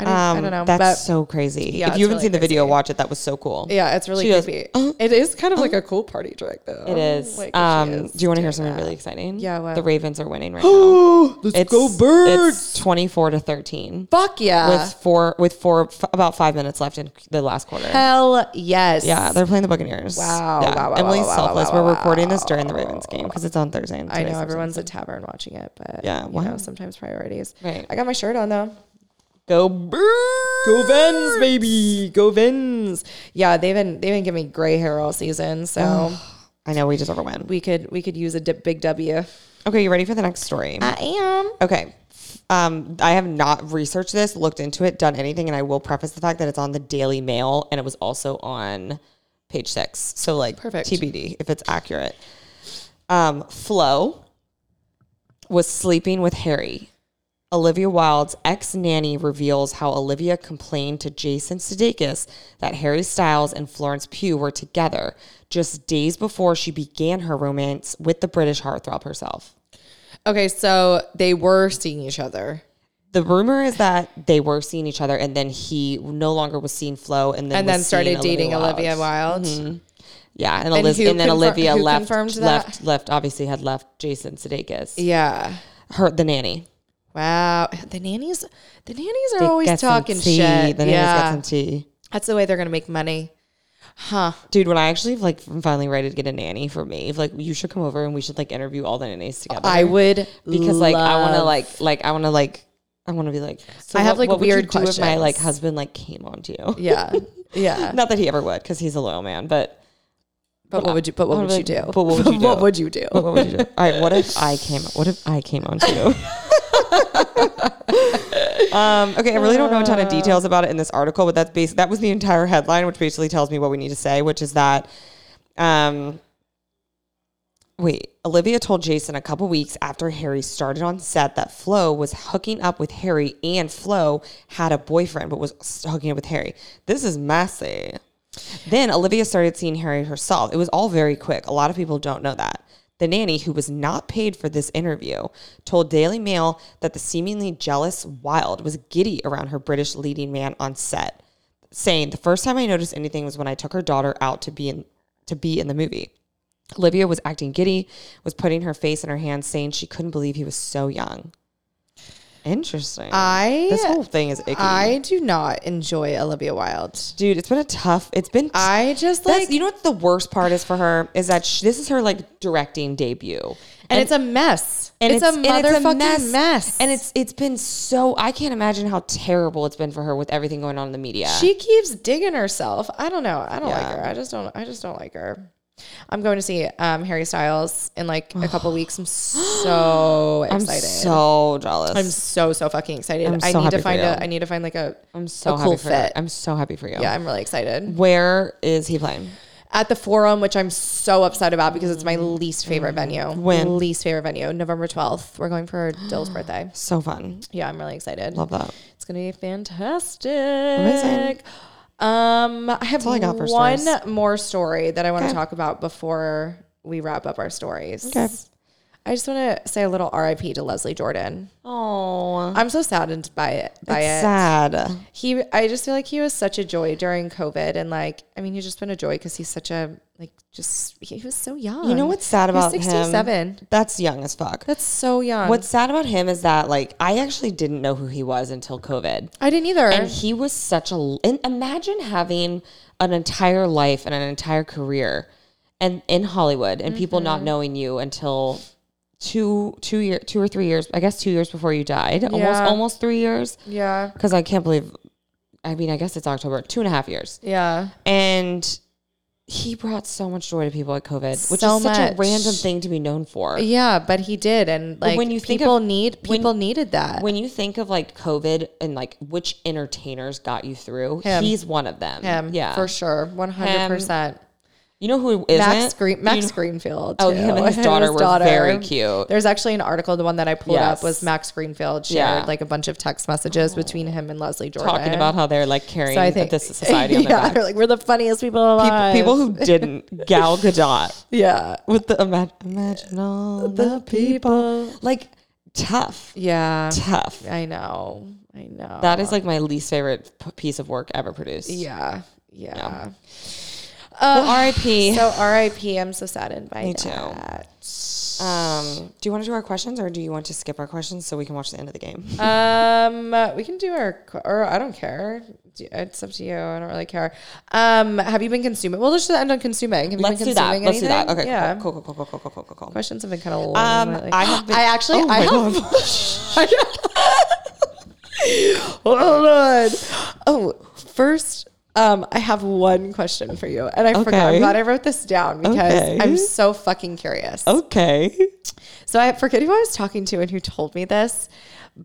A: I, don't- I
B: Um,
A: don't know.
B: That's
A: but
B: so crazy.
A: Yeah,
B: if
A: it's
B: you haven't
A: really
B: seen the video,
A: crazy.
B: watch it. That was so cool.
A: yeah, it's really
B: She goes, "Uh,
A: creepy. it is kind of like a cool party trick, though.
B: It is.
A: Like, she
B: um,
A: is
B: do you want to
A: doing
B: hear something
A: that.
B: really exciting?
A: Yeah, what?
B: The Ravens are winning right now.
A: Let's
B: It's
A: go birds.
B: It's twenty-four to thirteen
A: Fuck yeah.
B: with four with four f- about five minutes left in the last quarter.
A: Hell yes.
B: Yeah, they're playing the Buccaneers.
A: Wow,
B: Yeah.
A: wow, wow,
B: Emily's
A: wow, wow,
B: selfless.
A: wow,
B: We're recording this during the Ravens game because it's on Thursday. And
A: I know
B: today's
A: everyone's at tavern watching it, but
B: Yeah,
A: you
B: wow.
A: know, sometimes priorities.
B: Right.
A: I got my shirt on though.
B: Go Birds.
A: Go Vens, baby. Go Vens. Yeah, they've been they've been giving me gray hair all season, so
B: I know we deserve a win.
A: we could we could use a dip, big W.
B: Okay, you ready for the next story?
A: I am.
B: Okay. Um, I have not researched this, looked into it, done anything, and I will preface the fact that it's on the Daily Mail and it was also on page six. So like
A: Perfect.
B: TBD if it's accurate. Um, Flo was sleeping with Harry. Olivia Wilde's ex nanny reveals how Olivia complained to Jason Sudeikis that Harry Styles and Florence Pugh were together just days before she began her romance with the British heartthrob herself.
A: Okay, so they were seeing each other.
B: The rumor is that they were seeing each other, and then he no longer was seeing Flo, and then
A: And
B: was
A: then started
B: seeing
A: dating Olivia
B: Wilde. Mm-hmm.
A: Wilde.
B: Yeah, and, Eliz-
A: who
B: and then
A: confir-
B: Olivia
A: who
B: left,
A: confirmed that? E-
B: left, left. Obviously, had left Jason Sudeikis,
A: Yeah.
B: her the nanny.
A: Wow. The nannies the nannies are
B: They got
A: always
B: some
A: talking
B: tea.
A: shit.
B: The nanny's got
A: yeah.
B: some tea.
A: That's the way they're gonna make money. Huh.
B: Dude, when I actually like am finally ready to get a nanny for me, if, like you should come over and we should like interview all the nannies together.
A: I would
B: because like I want to
A: love-
B: like like I want to like I want to be like so
A: I have,
B: what-
A: like,
B: what would you
A: weird
B: do if my like
A: questions.
B: husband like came onto you.
A: Yeah. Yeah.
B: Not that he ever would because he's a loyal man, but
A: but what would you but what
B: I
A: would
B: wanna
A: you
B: be
A: do?
B: like, but what would you
A: what
B: do?
A: would you do?
B: But what would you do? All right, what if I came? What if I came on to you? um, okay, I really don't know a ton of details about it in this article, but that's bas- that was the entire headline, which basically tells me what we need to say, which is that. Um, Wait, Olivia told Jason a couple weeks after Harry started on set that Flo was hooking up with Harry and Flo had a boyfriend but was s- hooking up with Harry. This is messy. Then Olivia started seeing Harry herself. It was all very quick. A lot of people don't know that. The nanny, who was not paid for this interview, told Daily Mail that the seemingly jealous Wilde was giddy around her British leading man on set, saying, The first time I noticed anything was when I took her daughter out to be in to be in the movie. Olivia was acting giddy, was putting her face in her hands, saying she couldn't believe he was so young. Interesting.
A: I-
B: this whole thing is icky,
A: I do not enjoy Olivia Wilde.
B: dude. It's been a tough. It's been
A: I just like,
B: That's, you know what the worst part is for her is that sh this is her like directing debut.
A: and, it's a mess. it's, a
B: and it's
A: motherfucking mess.
B: And it's it's been so I can't imagine how terrible it's been for her with everything going on in the media.
A: she keeps digging herself. I don't know. I don't like
B: Yeah.
A: her. I just don't. I just don't like her. I'm going to see um, Harry Styles in like a couple weeks. I'm so
B: I'm
A: excited.
B: so jealous.
A: I'm so so fucking excited.
B: I'm
A: I
B: so
A: need to
B: happy for
A: find
B: you.
A: a. I need to find like a.
B: I'm so
A: a
B: happy
A: cool
B: for
A: fit. Mm-hmm.
B: you. I'm so happy for you.
A: Yeah, I'm really excited.
B: Where is he playing?
A: At the Forum, which I'm so upset about because it's my least favorite venue.
B: When?
A: Least favorite venue. November 12th. We're going for Dill's birthday.
B: So fun.
A: Yeah, I'm really excited.
B: Love that.
A: It's gonna be fantastic. Um, I have
B: all I got for
A: one
B: stories.
A: more story that I want
B: Okay.
A: to talk about before we wrap up our stories.
B: Okay.
A: I just want to say a little RIP to Leslie Jordan.
B: Oh,
A: I'm so saddened by it. By it.
B: sad.
A: He, I just feel like he was such a joy during COVID, and like, I mean, he's just been a joy because he's such a like, just he was so young.
B: You know what's sad
A: He was
B: about him?
A: 67.
B: That's young as fuck.
A: That's so young.
B: What's sad about him is that like I actually didn't know who he was until COVID.
A: I didn't either.
B: And he was such a. And imagine having an entire life and an entire career, and in Hollywood, and people
A: Mm-hmm.
B: not knowing you until two two year two or three years. I guess two years before you died. Almost
A: Yeah.
B: almost three years.
A: yeah,
B: Because I can't believe. I mean, I guess it's October. Two and a half years,
A: yeah.
B: and he brought so much joy to people at COVID, which
A: So
B: is such a
A: much.
B: random thing to be known for.
A: Yeah, but he did, and like
B: when you think
A: people
B: of-
A: need
B: when-
A: people needed that.
B: When you think of like COVID and like which entertainers got you through,
A: Him.
B: he's one of them.
A: him,
B: yeah,
A: for sure, one hundred percent.
B: You know who isn't?
A: Max Green,
B: You
A: Max
B: know-
A: Greenfield.
B: Oh,
A: too.
B: him and his daughter were very cute.
A: There's actually an article. The one that I pulled
B: Yes.
A: up was Max Greenfield shared
B: Yeah. Oh.
A: like a bunch of text messages between him and Leslie Jordan
B: talking about how they're like carrying this society on their
A: yeah,
B: back.
A: they're like we're the funniest people
B: People,
A: alive.
B: people who didn't Gal Gadot
A: yeah,
B: with the imagine, imagine all the people like tough,
A: yeah.
B: tough.
A: I know, I know.
B: That is like my least favorite p- piece of work ever produced.
A: yeah, yeah. Uh,
B: Well, R.I.P.
A: So R.I.P. I'm so saddened by
B: Me too.
A: that.
B: um, do you want to do our questions or do you want to skip our questions so we can watch the end of the game?
A: Um, uh, we can do our, qu- or I don't care. Do- It's up to you. I don't really care. Um, have you been consuming? Well, let's just end on consuming. Have
B: Let's
A: you
B: do
A: been
B: that.
A: consuming
B: Let's do
A: anything?
B: that. Okay.
A: Yeah.
B: Cool. Cool. Cool. Cool. Cool. Cool. Cool. Cool. cool.
A: Questions have been kind of long.
B: Um,
A: lately.
B: I have been-
A: I actually.
B: Oh
A: I
B: my
A: have. Hold on. Oh, first. Um, I have one question for you, and I forgot.
B: Okay.
A: I'm glad I wrote this down because
B: Okay. Oh.
A: I'm so fucking curious.
B: Okay.
A: So I forget who I was talking to and who told me this,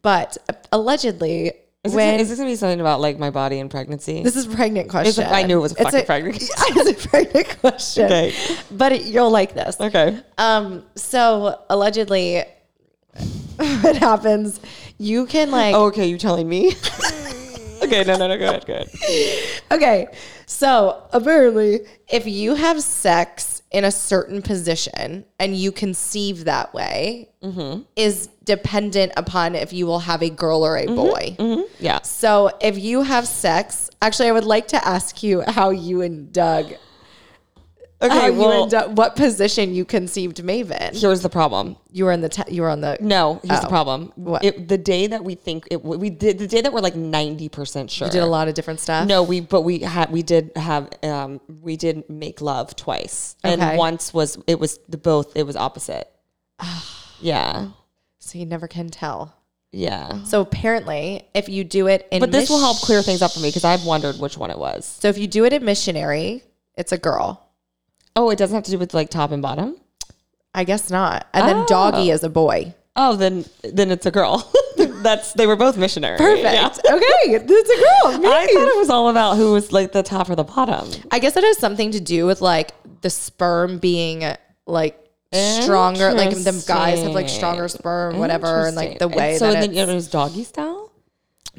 A: but allegedly,
B: Is,
A: when
B: this, is this gonna be something about like my body and pregnancy?
A: This is a pregnant question.
B: I knew it was a
A: It's
B: fucking pregnant
A: it's a pregnant question.
B: Okay.
A: But it, you'll like this.
B: okay.
A: Um, so allegedly what happens, you can like
B: Oh, okay, you telling me? okay, no, no, no, go ahead, go ahead. Oh.
A: okay. So apparently if you have sex in a certain position and you conceive that way
B: Mm-hmm.
A: is dependent upon if you will have a girl or a
B: Mm-hmm.
A: boy.
B: Yeah.
A: So if you have sex, actually, I would like to ask you how you and Doug, how
B: Okay,
A: you
B: well,
A: and Doug, what position you conceived Maven.
B: here's the problem.
A: You were in the, te- you were on the,
B: No, here's the
A: Oh.
B: problem.
A: What?
B: It, the day that we think it, we did the day that we're like ninety percent sure.
A: you did a lot of different stuff.
B: No, we but we had we did have um we did make love twice,
A: Okay.
B: and once was it was the both it was opposite. yeah,
A: So you never can tell.
B: yeah.
A: So apparently, if you do it in,
B: But this will
A: mis-
B: help clear things up for me because I've wondered which one it was.
A: So if you do it in missionary, it's a girl.
B: Oh, it doesn't have to do with like top and bottom.
A: I guess not. And then
B: Oh.
A: doggy is a boy.
B: Oh, then then it's a girl. That's they were both missionary.
A: Perfect.
B: Yeah.
A: Okay, it's a girl.
B: I thought it was all about who was like the top or the bottom.
A: I guess it has something to do with like the sperm being like stronger, like them guys have like stronger sperm, whatever, and like the
B: Interesting.
A: way
B: And so
A: that
B: then
A: it's,
B: it was doggy style.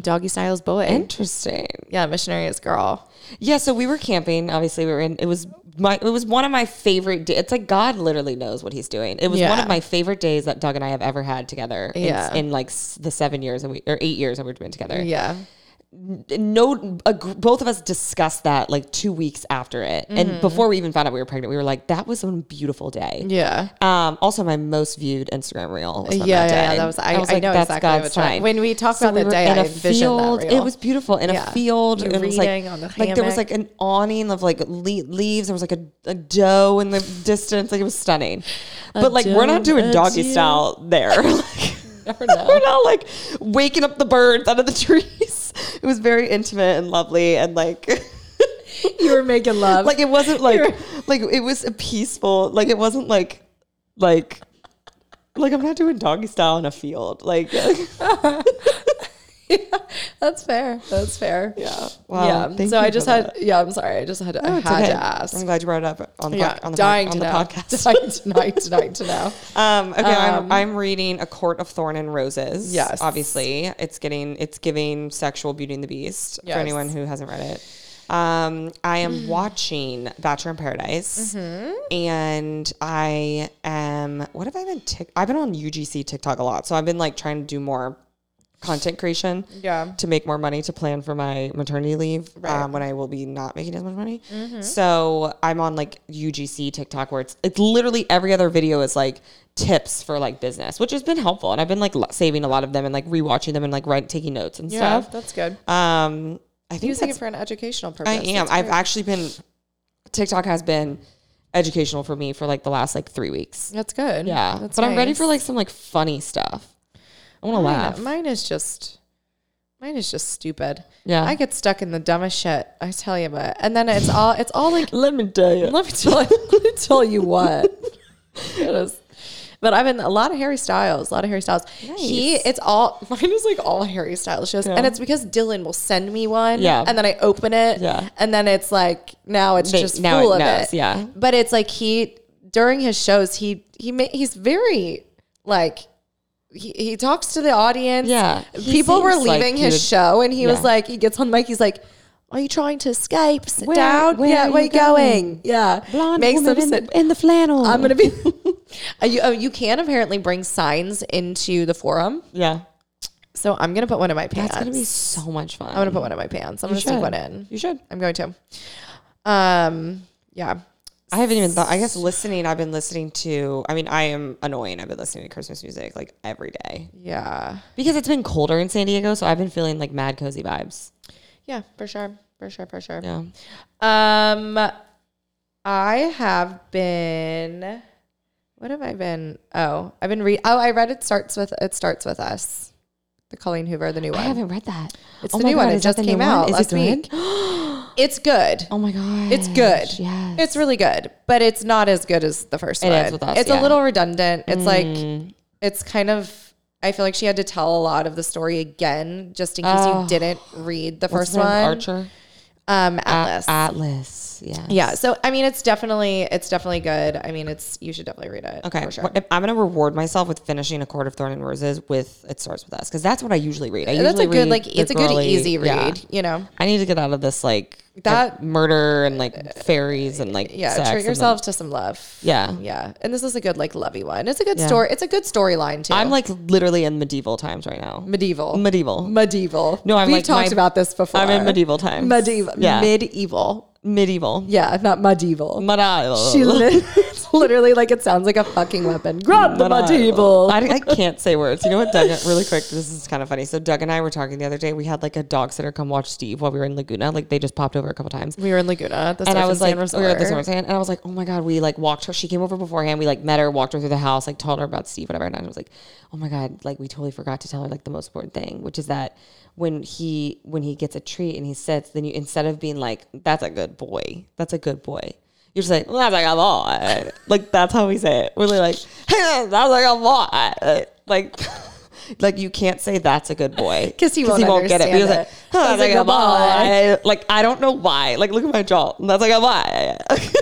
A: doggy style's boy.
B: Interesting.
A: yeah, missionary is girl.
B: Yeah. So we were camping. Obviously, we were in. It was my. It was one of my favorite. Day, it's like God literally knows what He's doing. It was one
A: Yeah.
B: of my favorite days that Doug and I have ever had together. in-
A: Yeah.
B: In, like s- the seven years that we or eight years that we've been together.
A: Yeah,
B: no a, gr- both of us discussed that like two weeks after it
A: Mm-hmm.
B: and before we even found out we were pregnant we were like that was a beautiful day
A: yeah,
B: um also my most viewed instagram reel was
A: yeah,
B: from
A: yeah,
B: that
A: yeah.
B: day
A: That was I. I,
B: was like,
A: know
B: that's
A: exactly
B: God's
A: what you're-
B: sign
A: When we talked
B: So
A: about that
B: were
A: day,
B: in
A: I
B: a
A: envisioned
B: field.
A: that reel.
B: It was beautiful in
A: Yeah.
B: a field.
A: You were
B: and it was
A: reading
B: like,
A: on the
B: like there was
A: hammock.
B: like an awning of like le- leaves. There was like a, a doe in the distance. Like it was stunning. but like we're not
A: doe,
B: doing
A: a
B: doggy
A: deer.
B: style there. Like, we're not like waking up the birds out of the trees. It was very intimate and lovely and like.
A: you were making love.
B: like it wasn't
A: You're-
B: like like it was a peaceful like it wasn't like like like I'm not doing doggy style in a field like yeah
A: that's fair. That's fair.
B: wow
A: yeah.
B: thank
A: So
B: you
A: I
B: for
A: just
B: that.
A: had. Yeah, I'm sorry. I just had. I
B: It's
A: had
B: okay.
A: to ask.
B: I'm glad you brought it up on the,
A: yeah,
B: pod- on the,
A: dying
B: pod-
A: to
B: on the
A: know.
B: podcast
A: Dying to know. Dying to know.
B: um okay
A: Um,
B: I'm, I'm reading A Court of Thorn and Roses
A: Yes.
B: obviously it's getting it's giving sexual Beauty and the Beast
A: Yes. Mm-hmm.
B: for anyone who hasn't read it Um, I am watching Bachelor in Paradise, and I am. What have I been? Tic- I've been on UGC TikTok a lot, so I've been like trying to do more content creation
A: Yeah.
B: to make more money to plan for my maternity leave um, when I will be not making as much money.
A: Mm-hmm.
B: So I'm on like UGC TikTok where it's it's literally every other video is like tips for like business, which has been helpful, and I've been like lo- saving a lot of them and like rewatching them and like writing taking notes and
A: Yeah,
B: stuff.
A: that's good.
B: Um, I think
A: Using it
B: that's,
A: for an educational purpose.
B: I am.
A: That's
B: I've
A: great.
B: actually been TikTok has been educational for me for like the last like three weeks.
A: That's good.
B: Yeah,
A: That's
B: but I'm ready
A: nice.
B: for like some like funny stuff. I want to
A: Mine-
B: laugh.
A: Mine is just, mine is just stupid.
B: Yeah.
A: I get stuck in the dumbest shit. I tell you what, and then it's all, it's all like,
B: Let me tell you.
A: let me tell, let me tell you what. It is. But I've been a lot of Harry Styles, a lot of Harry Styles. He,
B: Nice.
A: it's all mine is like all Harry Styles shows, and
B: Yeah.
A: it's because Dylan will send me one,
B: Yeah.
A: and then I open it,
B: Yeah.
A: and then it's like now it's
B: They-
A: just
B: now
A: full of
B: it knows,
A: it,
B: yeah.
A: But it's like he during his shows, he he ma- he's very like he, he talks to the audience.
B: Yeah. He
A: People were
B: seems like
A: leaving
B: he
A: his
B: would-
A: show and he was
B: yeah.
A: like, he gets on mic, he's like, Are you trying to escape? Sit
B: Where-
A: down.
B: where
A: yeah,
B: are
A: where
B: you
A: you going? Yeah.
B: Blonde
A: Makes
B: woman
A: them
B: in,
A: sit.
B: the, in the flannel.
A: I'm gonna be. Uh, you, oh, you can apparently bring signs into the forum,
B: yeah.
A: so I'm gonna put one in my pants.
B: That's gonna be so much fun.
A: I'm gonna put one in my pants. I'm gonna sneak one in.
B: You should.
A: I'm going to. Um. Yeah.
B: I haven't even thought. I guess listening. I've been listening to. I mean, I am annoying. I've been listening to Christmas music like every day
A: Yeah.
B: because it's been colder in San Diego, so I've been feeling like mad cozy vibes.
A: Yeah. For sure. For sure. For sure.
B: Yeah.
A: Um, I have been. What have I been? Oh, I've been read. Oh, I read it starts with it starts with us. The Colleen Hoover, the new
B: I
A: one.
B: haven't read that.
A: It's the new one. It
B: Oh is that
A: just
B: the new
A: came
B: one?
A: out
B: Is it
A: last
B: good?
A: week. It's good.
B: Oh my god.
A: It's good.
B: Yes.
A: It's really good, but it's not as good as the first
B: It
A: one.
B: ends with us,
A: it's
B: yeah. Mm.
A: a little redundant. It's like it's kind of. I feel like she had to tell a lot of the story again, just in case
B: Oh.
A: you didn't read the first
B: What's the
A: one.
B: name? Archer.
A: Um,
B: A-
A: Atlas.
B: Atlas. Yeah.
A: Yeah. So I mean, it's definitely it's definitely good. I mean, it's you should definitely read it.
B: Okay,
A: For sure.
B: well, if- I'm gonna reward myself with finishing a court of thorn and roses with it starts with us because that's what I usually read. I usually
A: That's a good
B: read
A: like
B: the
A: it's a good
B: girly-
A: easy read.
B: yeah.
A: You know.
B: I need to get out of this like
A: That-
B: that murder and like fairies and like
A: Yeah.
B: sex and
A: treat
B: then-
A: yourself to some love.
B: Yeah.
A: Yeah. And this is a good like lovey one. It's a good
B: Yeah.
A: story. It's a good storyline too.
B: I'm like literally in medieval times right now.
A: medieval.
B: Medieval.
A: medieval.
B: No, I'm
A: We've
B: like,
A: talked
B: my-
A: about this before.
B: I'm in medieval times.
A: Medieval.
B: Yeah.
A: Medieval.
B: medieval.
A: Yeah. Not medieval.
B: Medieval.
A: She li- it's literally like it sounds like a fucking weapon. Grab the medieval.
B: I, I can't say words. You know what, Doug? Really quick, this is kind of funny. So Doug and I were talking the other day. We had like a dog sitter come watch Steve while we were in Laguna. Like they just popped over a couple times.
A: we were in Laguna at the
B: and I
A: Surf
B: was like,
A: Sand
B: we were at the
A: Resort.
B: summer sand, and I was like, oh my god, we like walked her. She came over beforehand. We like met her, walked her through the house, like told her about Steve, whatever. And I was like, oh my god, like we totally forgot to tell her like the most important thing, which is that when he when he gets a treat and he sits, then you instead of being like, that's a good boy, that's a good boy. You're just like, that's like a boy. like that's how we say it. We're like, hey, that's like a boy. Like, like you can't say that's a good boy
A: 'Cause he won't
B: You're just
A: understand
B: like,
A: it.
B: "Huh,
A: He's
B: that's like
A: like
B: a
A: a boy."
B: boy. I- like I don't know why. Like look at my jaw. That's like a why.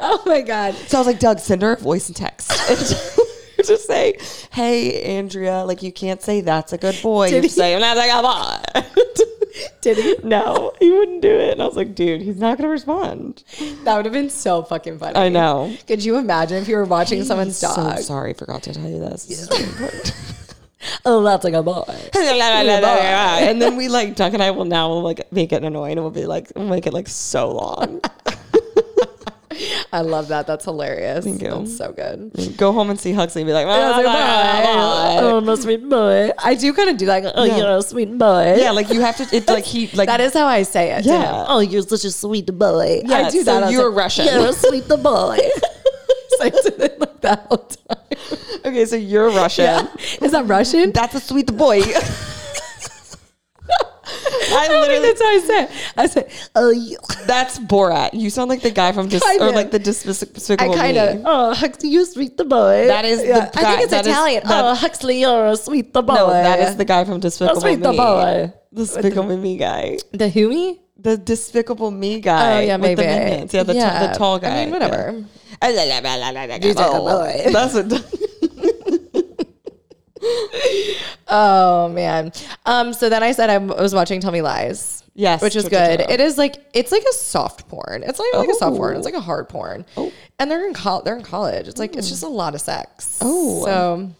A: Oh my god.
B: so I was like, Doug, send her a voice and text. just say, hey Andrea, like you can't say that's a good boy.
A: Did
B: You
A: he-
B: say that's like a boy.
A: Did he?
B: no, he wouldn't do it. And I was like, dude, he's not gonna respond.
A: That would have been so fucking funny.
B: I know.
A: Could you imagine if you were watching someone's
B: so
A: dog?
B: sorry, forgot to tell you this. This is really important.
A: oh, that's like a boy.
B: and then we like Doug and I will now like make it annoying and we'll be like we'll make it like so long.
A: I love that. That's hilarious.
B: Thank you.
A: That's so good.
B: Go home and see Huxley and be like,
A: I was like,
B: "Bye."
A: boy. Oh, my sweet boy. I do kind of do that. like, Oh,
B: Yeah.
A: you're a sweet boy.
B: Yeah, like you have to. It's like he like
A: That is how I say it. to
B: Yeah.
A: him. Oh, you're such a sweet boy.
B: Yeah,
A: I do
B: so
A: that. I was
B: you're
A: like,
B: Russian.
A: You're a sweet boy. so I did it like that all the time.
B: okay. So you're Russian.
A: Oh. Yeah. Is that Russian?
B: That's a sweet boy. I
A: I think
B: literally.
A: that's how I say it. I say, oh, you.
B: That's Borat. You sound like the guy from Dis-
A: Kind
B: or
A: of.
B: like the Dis-
A: I
B: Despicable
A: kind
B: Me.
A: of oh Huxley, you sweet the boy.
B: That is the
A: I
B: guy-
A: think it's
B: that is-
A: Italian.
B: that-
A: oh Huxley, you're a sweet the boy.
B: No, that is the guy from Despicable
A: sweet
B: Me.
A: the boy.
B: The Despicable Me guy.
A: the whomi.
B: The Despicable Me guy.
A: Oh yeah, maybe.
B: With the minions. Yeah, the, t-
A: Yeah.
B: the tall guy.
A: I mean, whatever.
B: Yeah.
A: He's like a boy.
B: That's what.
A: Oh man. Um. So then I said I'm- I was watching Tell Me Lies.
B: Yes,
A: which is
B: Tell Me
A: good.
B: Lies.
A: It is like it's like a soft porn. It's not even like a soft porn.
B: Oh.
A: It's like a hard porn. And they're in col- they're in college. It's like it's just a lot of sex.
B: Oh.
A: So,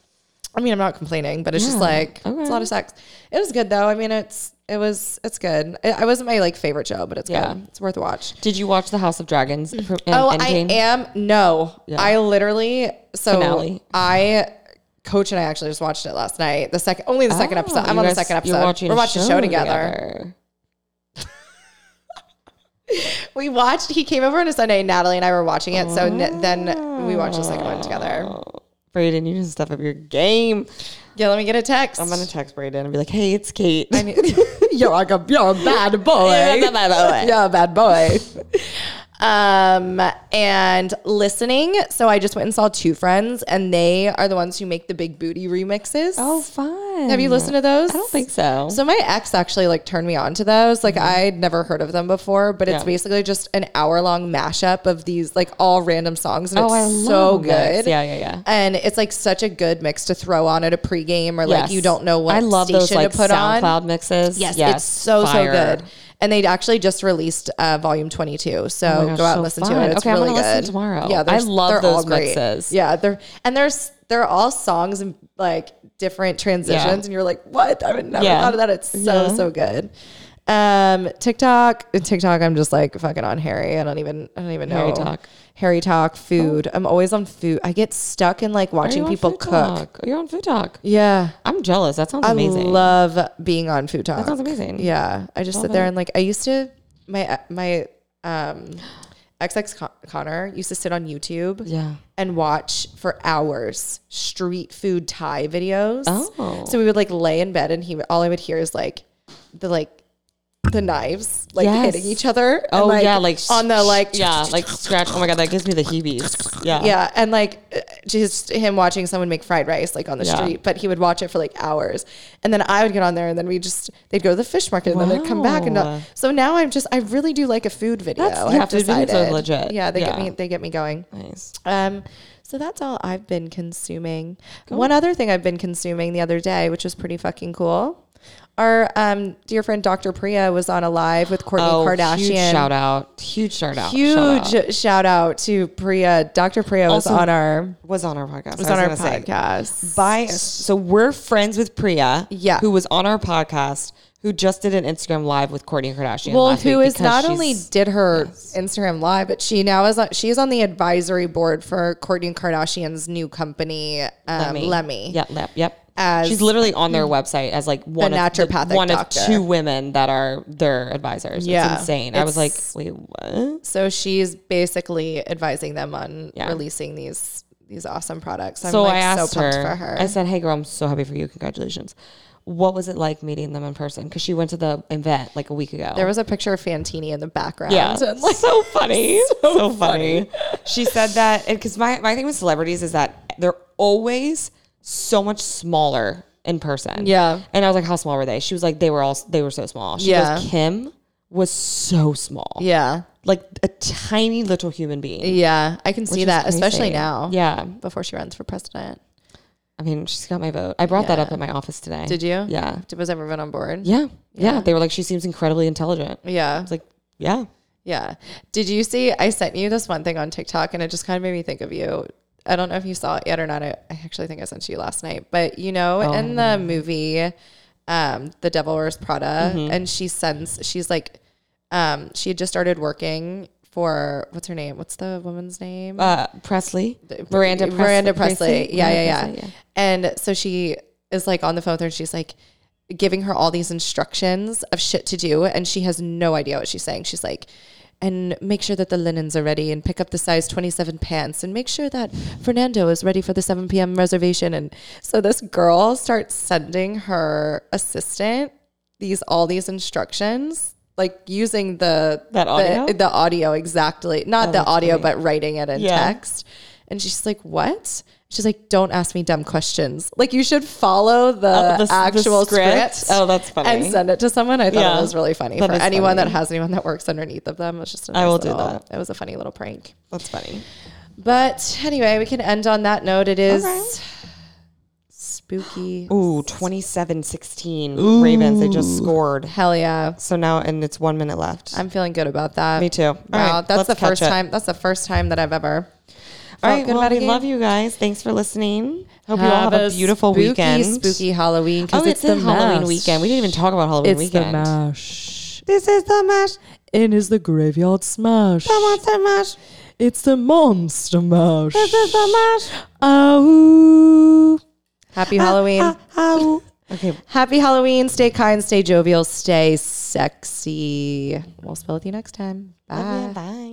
A: I mean, I'm not complaining, but it's just like it's
B: Okay.
A: a lot of sex. It was good though. I mean, it's it was it's good. It, I wasn't my like favorite show, but it's
B: Yeah.
A: good. It's worth a watch.
B: Did you watch The House of Dragons? From, and
A: Oh,
B: Endgame?
A: I am. No,
B: Yeah.
A: I literally. So
B: Finale.
A: I, Coach and I actually just watched it last night. The second, only the second
B: Oh,
A: episode. I'm
B: you
A: on the
B: guys-
A: second
B: you're
A: episode. We're
B: a
A: watching a show together. We watched. He came over on a Sunday. Natalie and I were watching it. So n- then we watched the second one together.
B: Brayden, you just step up your game.
A: Yeah, let me get a text.
B: I'm gonna text Brayden and be like, "Hey, it's Kate."
A: I need- you're like a you're a bad
B: You're
A: boy.
B: a bad boy.
A: You're a bad boy. um, and listening. So I just went and saw two friends, and they are the ones who make the big booty remixes.
B: oh, fun.
A: Have you listened to those?
B: I don't think so. Mm-hmm.
A: So my ex actually like turned me on to those. Like I'd never heard of them before, but it's
B: Yeah.
A: basically just an hour long mashup of these like all random songs, and
B: Oh, I
A: it's so
B: love
A: good.
B: this. Yeah, yeah, yeah.
A: And it's like such a good mix to throw on at a pregame or like
B: Yes.
A: you don't know what
B: I love
A: station
B: those like
A: to put
B: SoundCloud
A: on.
B: mixes.
A: Yes, it's so
B: fire.
A: so good. And they actually just released uh, volume twenty two, so
B: Oh my gosh,
A: go out and
B: so
A: listen to
B: fun.
A: it. It's
B: Okay, I'm
A: really
B: gonna listen
A: good.
B: tomorrow.
A: Yeah,
B: I
A: they're-
B: love
A: they're all
B: those
A: great.
B: mixes.
A: Yeah, they're and there's they're all songs and like different transitions, and you're like, what? I would never
B: Yeah.
A: thought of that. It's so
B: Yeah.
A: so good. Um, TikTok, TikTok. I'm just like fucking on Harry. I don't even I don't even know
B: Harry talk. Oh.
A: Harry talk, food. I'm always on food. I get stuck in like
B: Are you
A: watching
B: on
A: people
B: Food
A: cook.
B: Talk? You're on Food Talk.
A: Yeah.
B: I'm jealous. That sounds
A: I
B: amazing.
A: love being on food talk.
B: sounds amazing.
A: Yeah, I just sit there and like I used to my uh, my um XX Con- Connor used to sit on YouTube
B: yeah.
A: and watch for hours street food Thai videos.
B: Oh.
A: So we would like lay in bed and he all I would hear is like the like the knives like
B: Yes.
A: hitting each other. and,
B: Oh yeah, like
A: on the like
B: yeah, like scratch. Oh my god, that gives me the heebies. Yeah,
A: Yeah, and like uh, just him watching someone make fried rice like on the
B: Yeah.
A: street, but he would watch it for like hours, and then I would get on there, and then we just they'd go to the fish market, and then they'd come back, and uh,
B: Wow.
A: so now I'm just I really do like a food video.
B: That's-
A: I've
B: yeah, food videos are
A: decided.
B: legit.
A: Yeah, they get
B: Yeah.
A: me they get me going.
B: Nice.
A: Um, so that's all I've been consuming. One other thing I've been consuming the other day, which was pretty fucking cool. Our um, dear friend Dr. Priya was on a live with Courtney
B: Oh,
A: Kardashian
B: huge shout out. Huge shout out.
A: huge
B: Shout out.
A: shout out. to Priya. Dr. Priya was
B: Also-
A: on our
B: Was on our podcast.
A: was, on our podcast.
B: By, so we're friends with Priya,
A: Yeah.
B: who was on our podcast, who just did an Instagram live with Courtney Kardashian.
A: well,
B: last
A: who
B: week
A: is
B: because
A: not only
B: she's-
A: did her Instagram live, but she now is on, she is on the advisory board for Kourtney Kardashian's new company, um, Lemmy.
B: Yeah, Lem- yep.
A: As-
B: she's literally on their website as like one of the-
A: naturopathic
B: one
A: doctor.
B: of two women that are their advisors.
A: Yeah.
B: It's insane. I was like, wait, what?
A: So she's basically advising them on
B: Yeah.
A: releasing these these awesome products. I'm
B: so
A: like
B: I asked
A: so
B: her,
A: pumped for her.
B: I said, "Hey, girl, I'm so happy for you. Congratulations." What was it like meeting them in person? Because she went to the event like a week ago.
A: there was a picture of Fantini in the background.
B: yeah,
A: and, like,
B: so funny, so, funny. She said that because my my thing with celebrities is that they're always so much smaller in person.
A: Yeah.
B: and I was like, "How small were they?" She was like, "They were all they were so small." She
A: Yeah.
B: goes, "Kim was so small,
A: yeah,
B: like a tiny little human being."
A: yeah, I can see
B: Which is
A: that, especially
B: crazy.
A: now.
B: Yeah,
A: before she runs for president.
B: I mean, she's got my vote. I brought that up at my office today.
A: Did you?
B: Yeah.
A: Did- Was everyone on board?
B: Yeah, yeah. They were like, she seems incredibly intelligent. I
A: Yeah.
B: was like, yeah.
A: Yeah. Did you see? I sent you this one thing on TikTok and it just kind of made me think of you. I don't know if you saw it yet or not. I, I actually think I sent you last night, but you know, in the movie, um, The Devil Wears Prada, and she sends, she's like, um, she had just started working for what's her name? What's the woman's name?
B: Uh, Presley, Miranda, Presley,
A: Miranda Presley. Yeah,
B: Miranda
A: yeah, yeah,
B: Presley,
A: And so she is like on the phone with her and she's like giving her all these instructions of shit to do and she has no idea what she's saying. She's like and make sure that the linens are ready and pick up the size 27 pants and make sure that Fernando is ready for the 7 p.m. reservation and so this girl starts sending her assistant these all these instructions like using the
B: That
A: the-
B: audio?
A: the, audio exactly not the
B: Oh, that's
A: audio
B: funny.
A: but writing it in
B: Yeah.
A: text text. And she's like, What? She's like, Don't ask me dumb questions. Like, you should follow the
B: Oh, the- the
A: actual script.
B: script? Oh, that's funny.
A: And send it to someone. I thought
B: Yeah.
A: that was really funny
B: That
A: for
B: is
A: anyone that
B: funny.
A: has anyone that works underneath of them. It's just, a
B: I
A: nice
B: will do
A: little-
B: that.
A: It was a funny little prank.
B: That's funny.
A: But anyway, we can end on that note. It is
B: Okay.
A: s- Spooky.
B: Ooh, 27-16 Ravens. They just scored.
A: Hell yeah.
B: So now, and it's one minute left.
A: I'm feeling good about that.
B: Me too. All
A: Wow,
B: right,
A: that's
B: let's
A: the first
B: catch it.
A: time. That's the first time that I've ever.
B: all
A: felt
B: right,
A: good
B: well,
A: about a
B: we
A: game.
B: love you guys. Thanks for listening. Hope you all have a beautiful
A: spooky,
B: weekend.
A: Spooky Halloween because
B: Oh,
A: it's,
B: it's,
A: the
B: in Halloween
A: mash.
B: weekend. We didn't even talk about Halloween
A: It's
B: weekend.
A: the mash.
B: This is the mash.
A: It is the graveyard smash.
B: The monster mash.
A: It's the monster mash.
B: This is the mash.
A: Oh. Happy Halloween.
B: Ah, ah, ooh. okay.
A: Happy Halloween. Stay kind, stay jovial, stay sexy. We'll spell with you next time. Bye.
B: Love ya. Bye.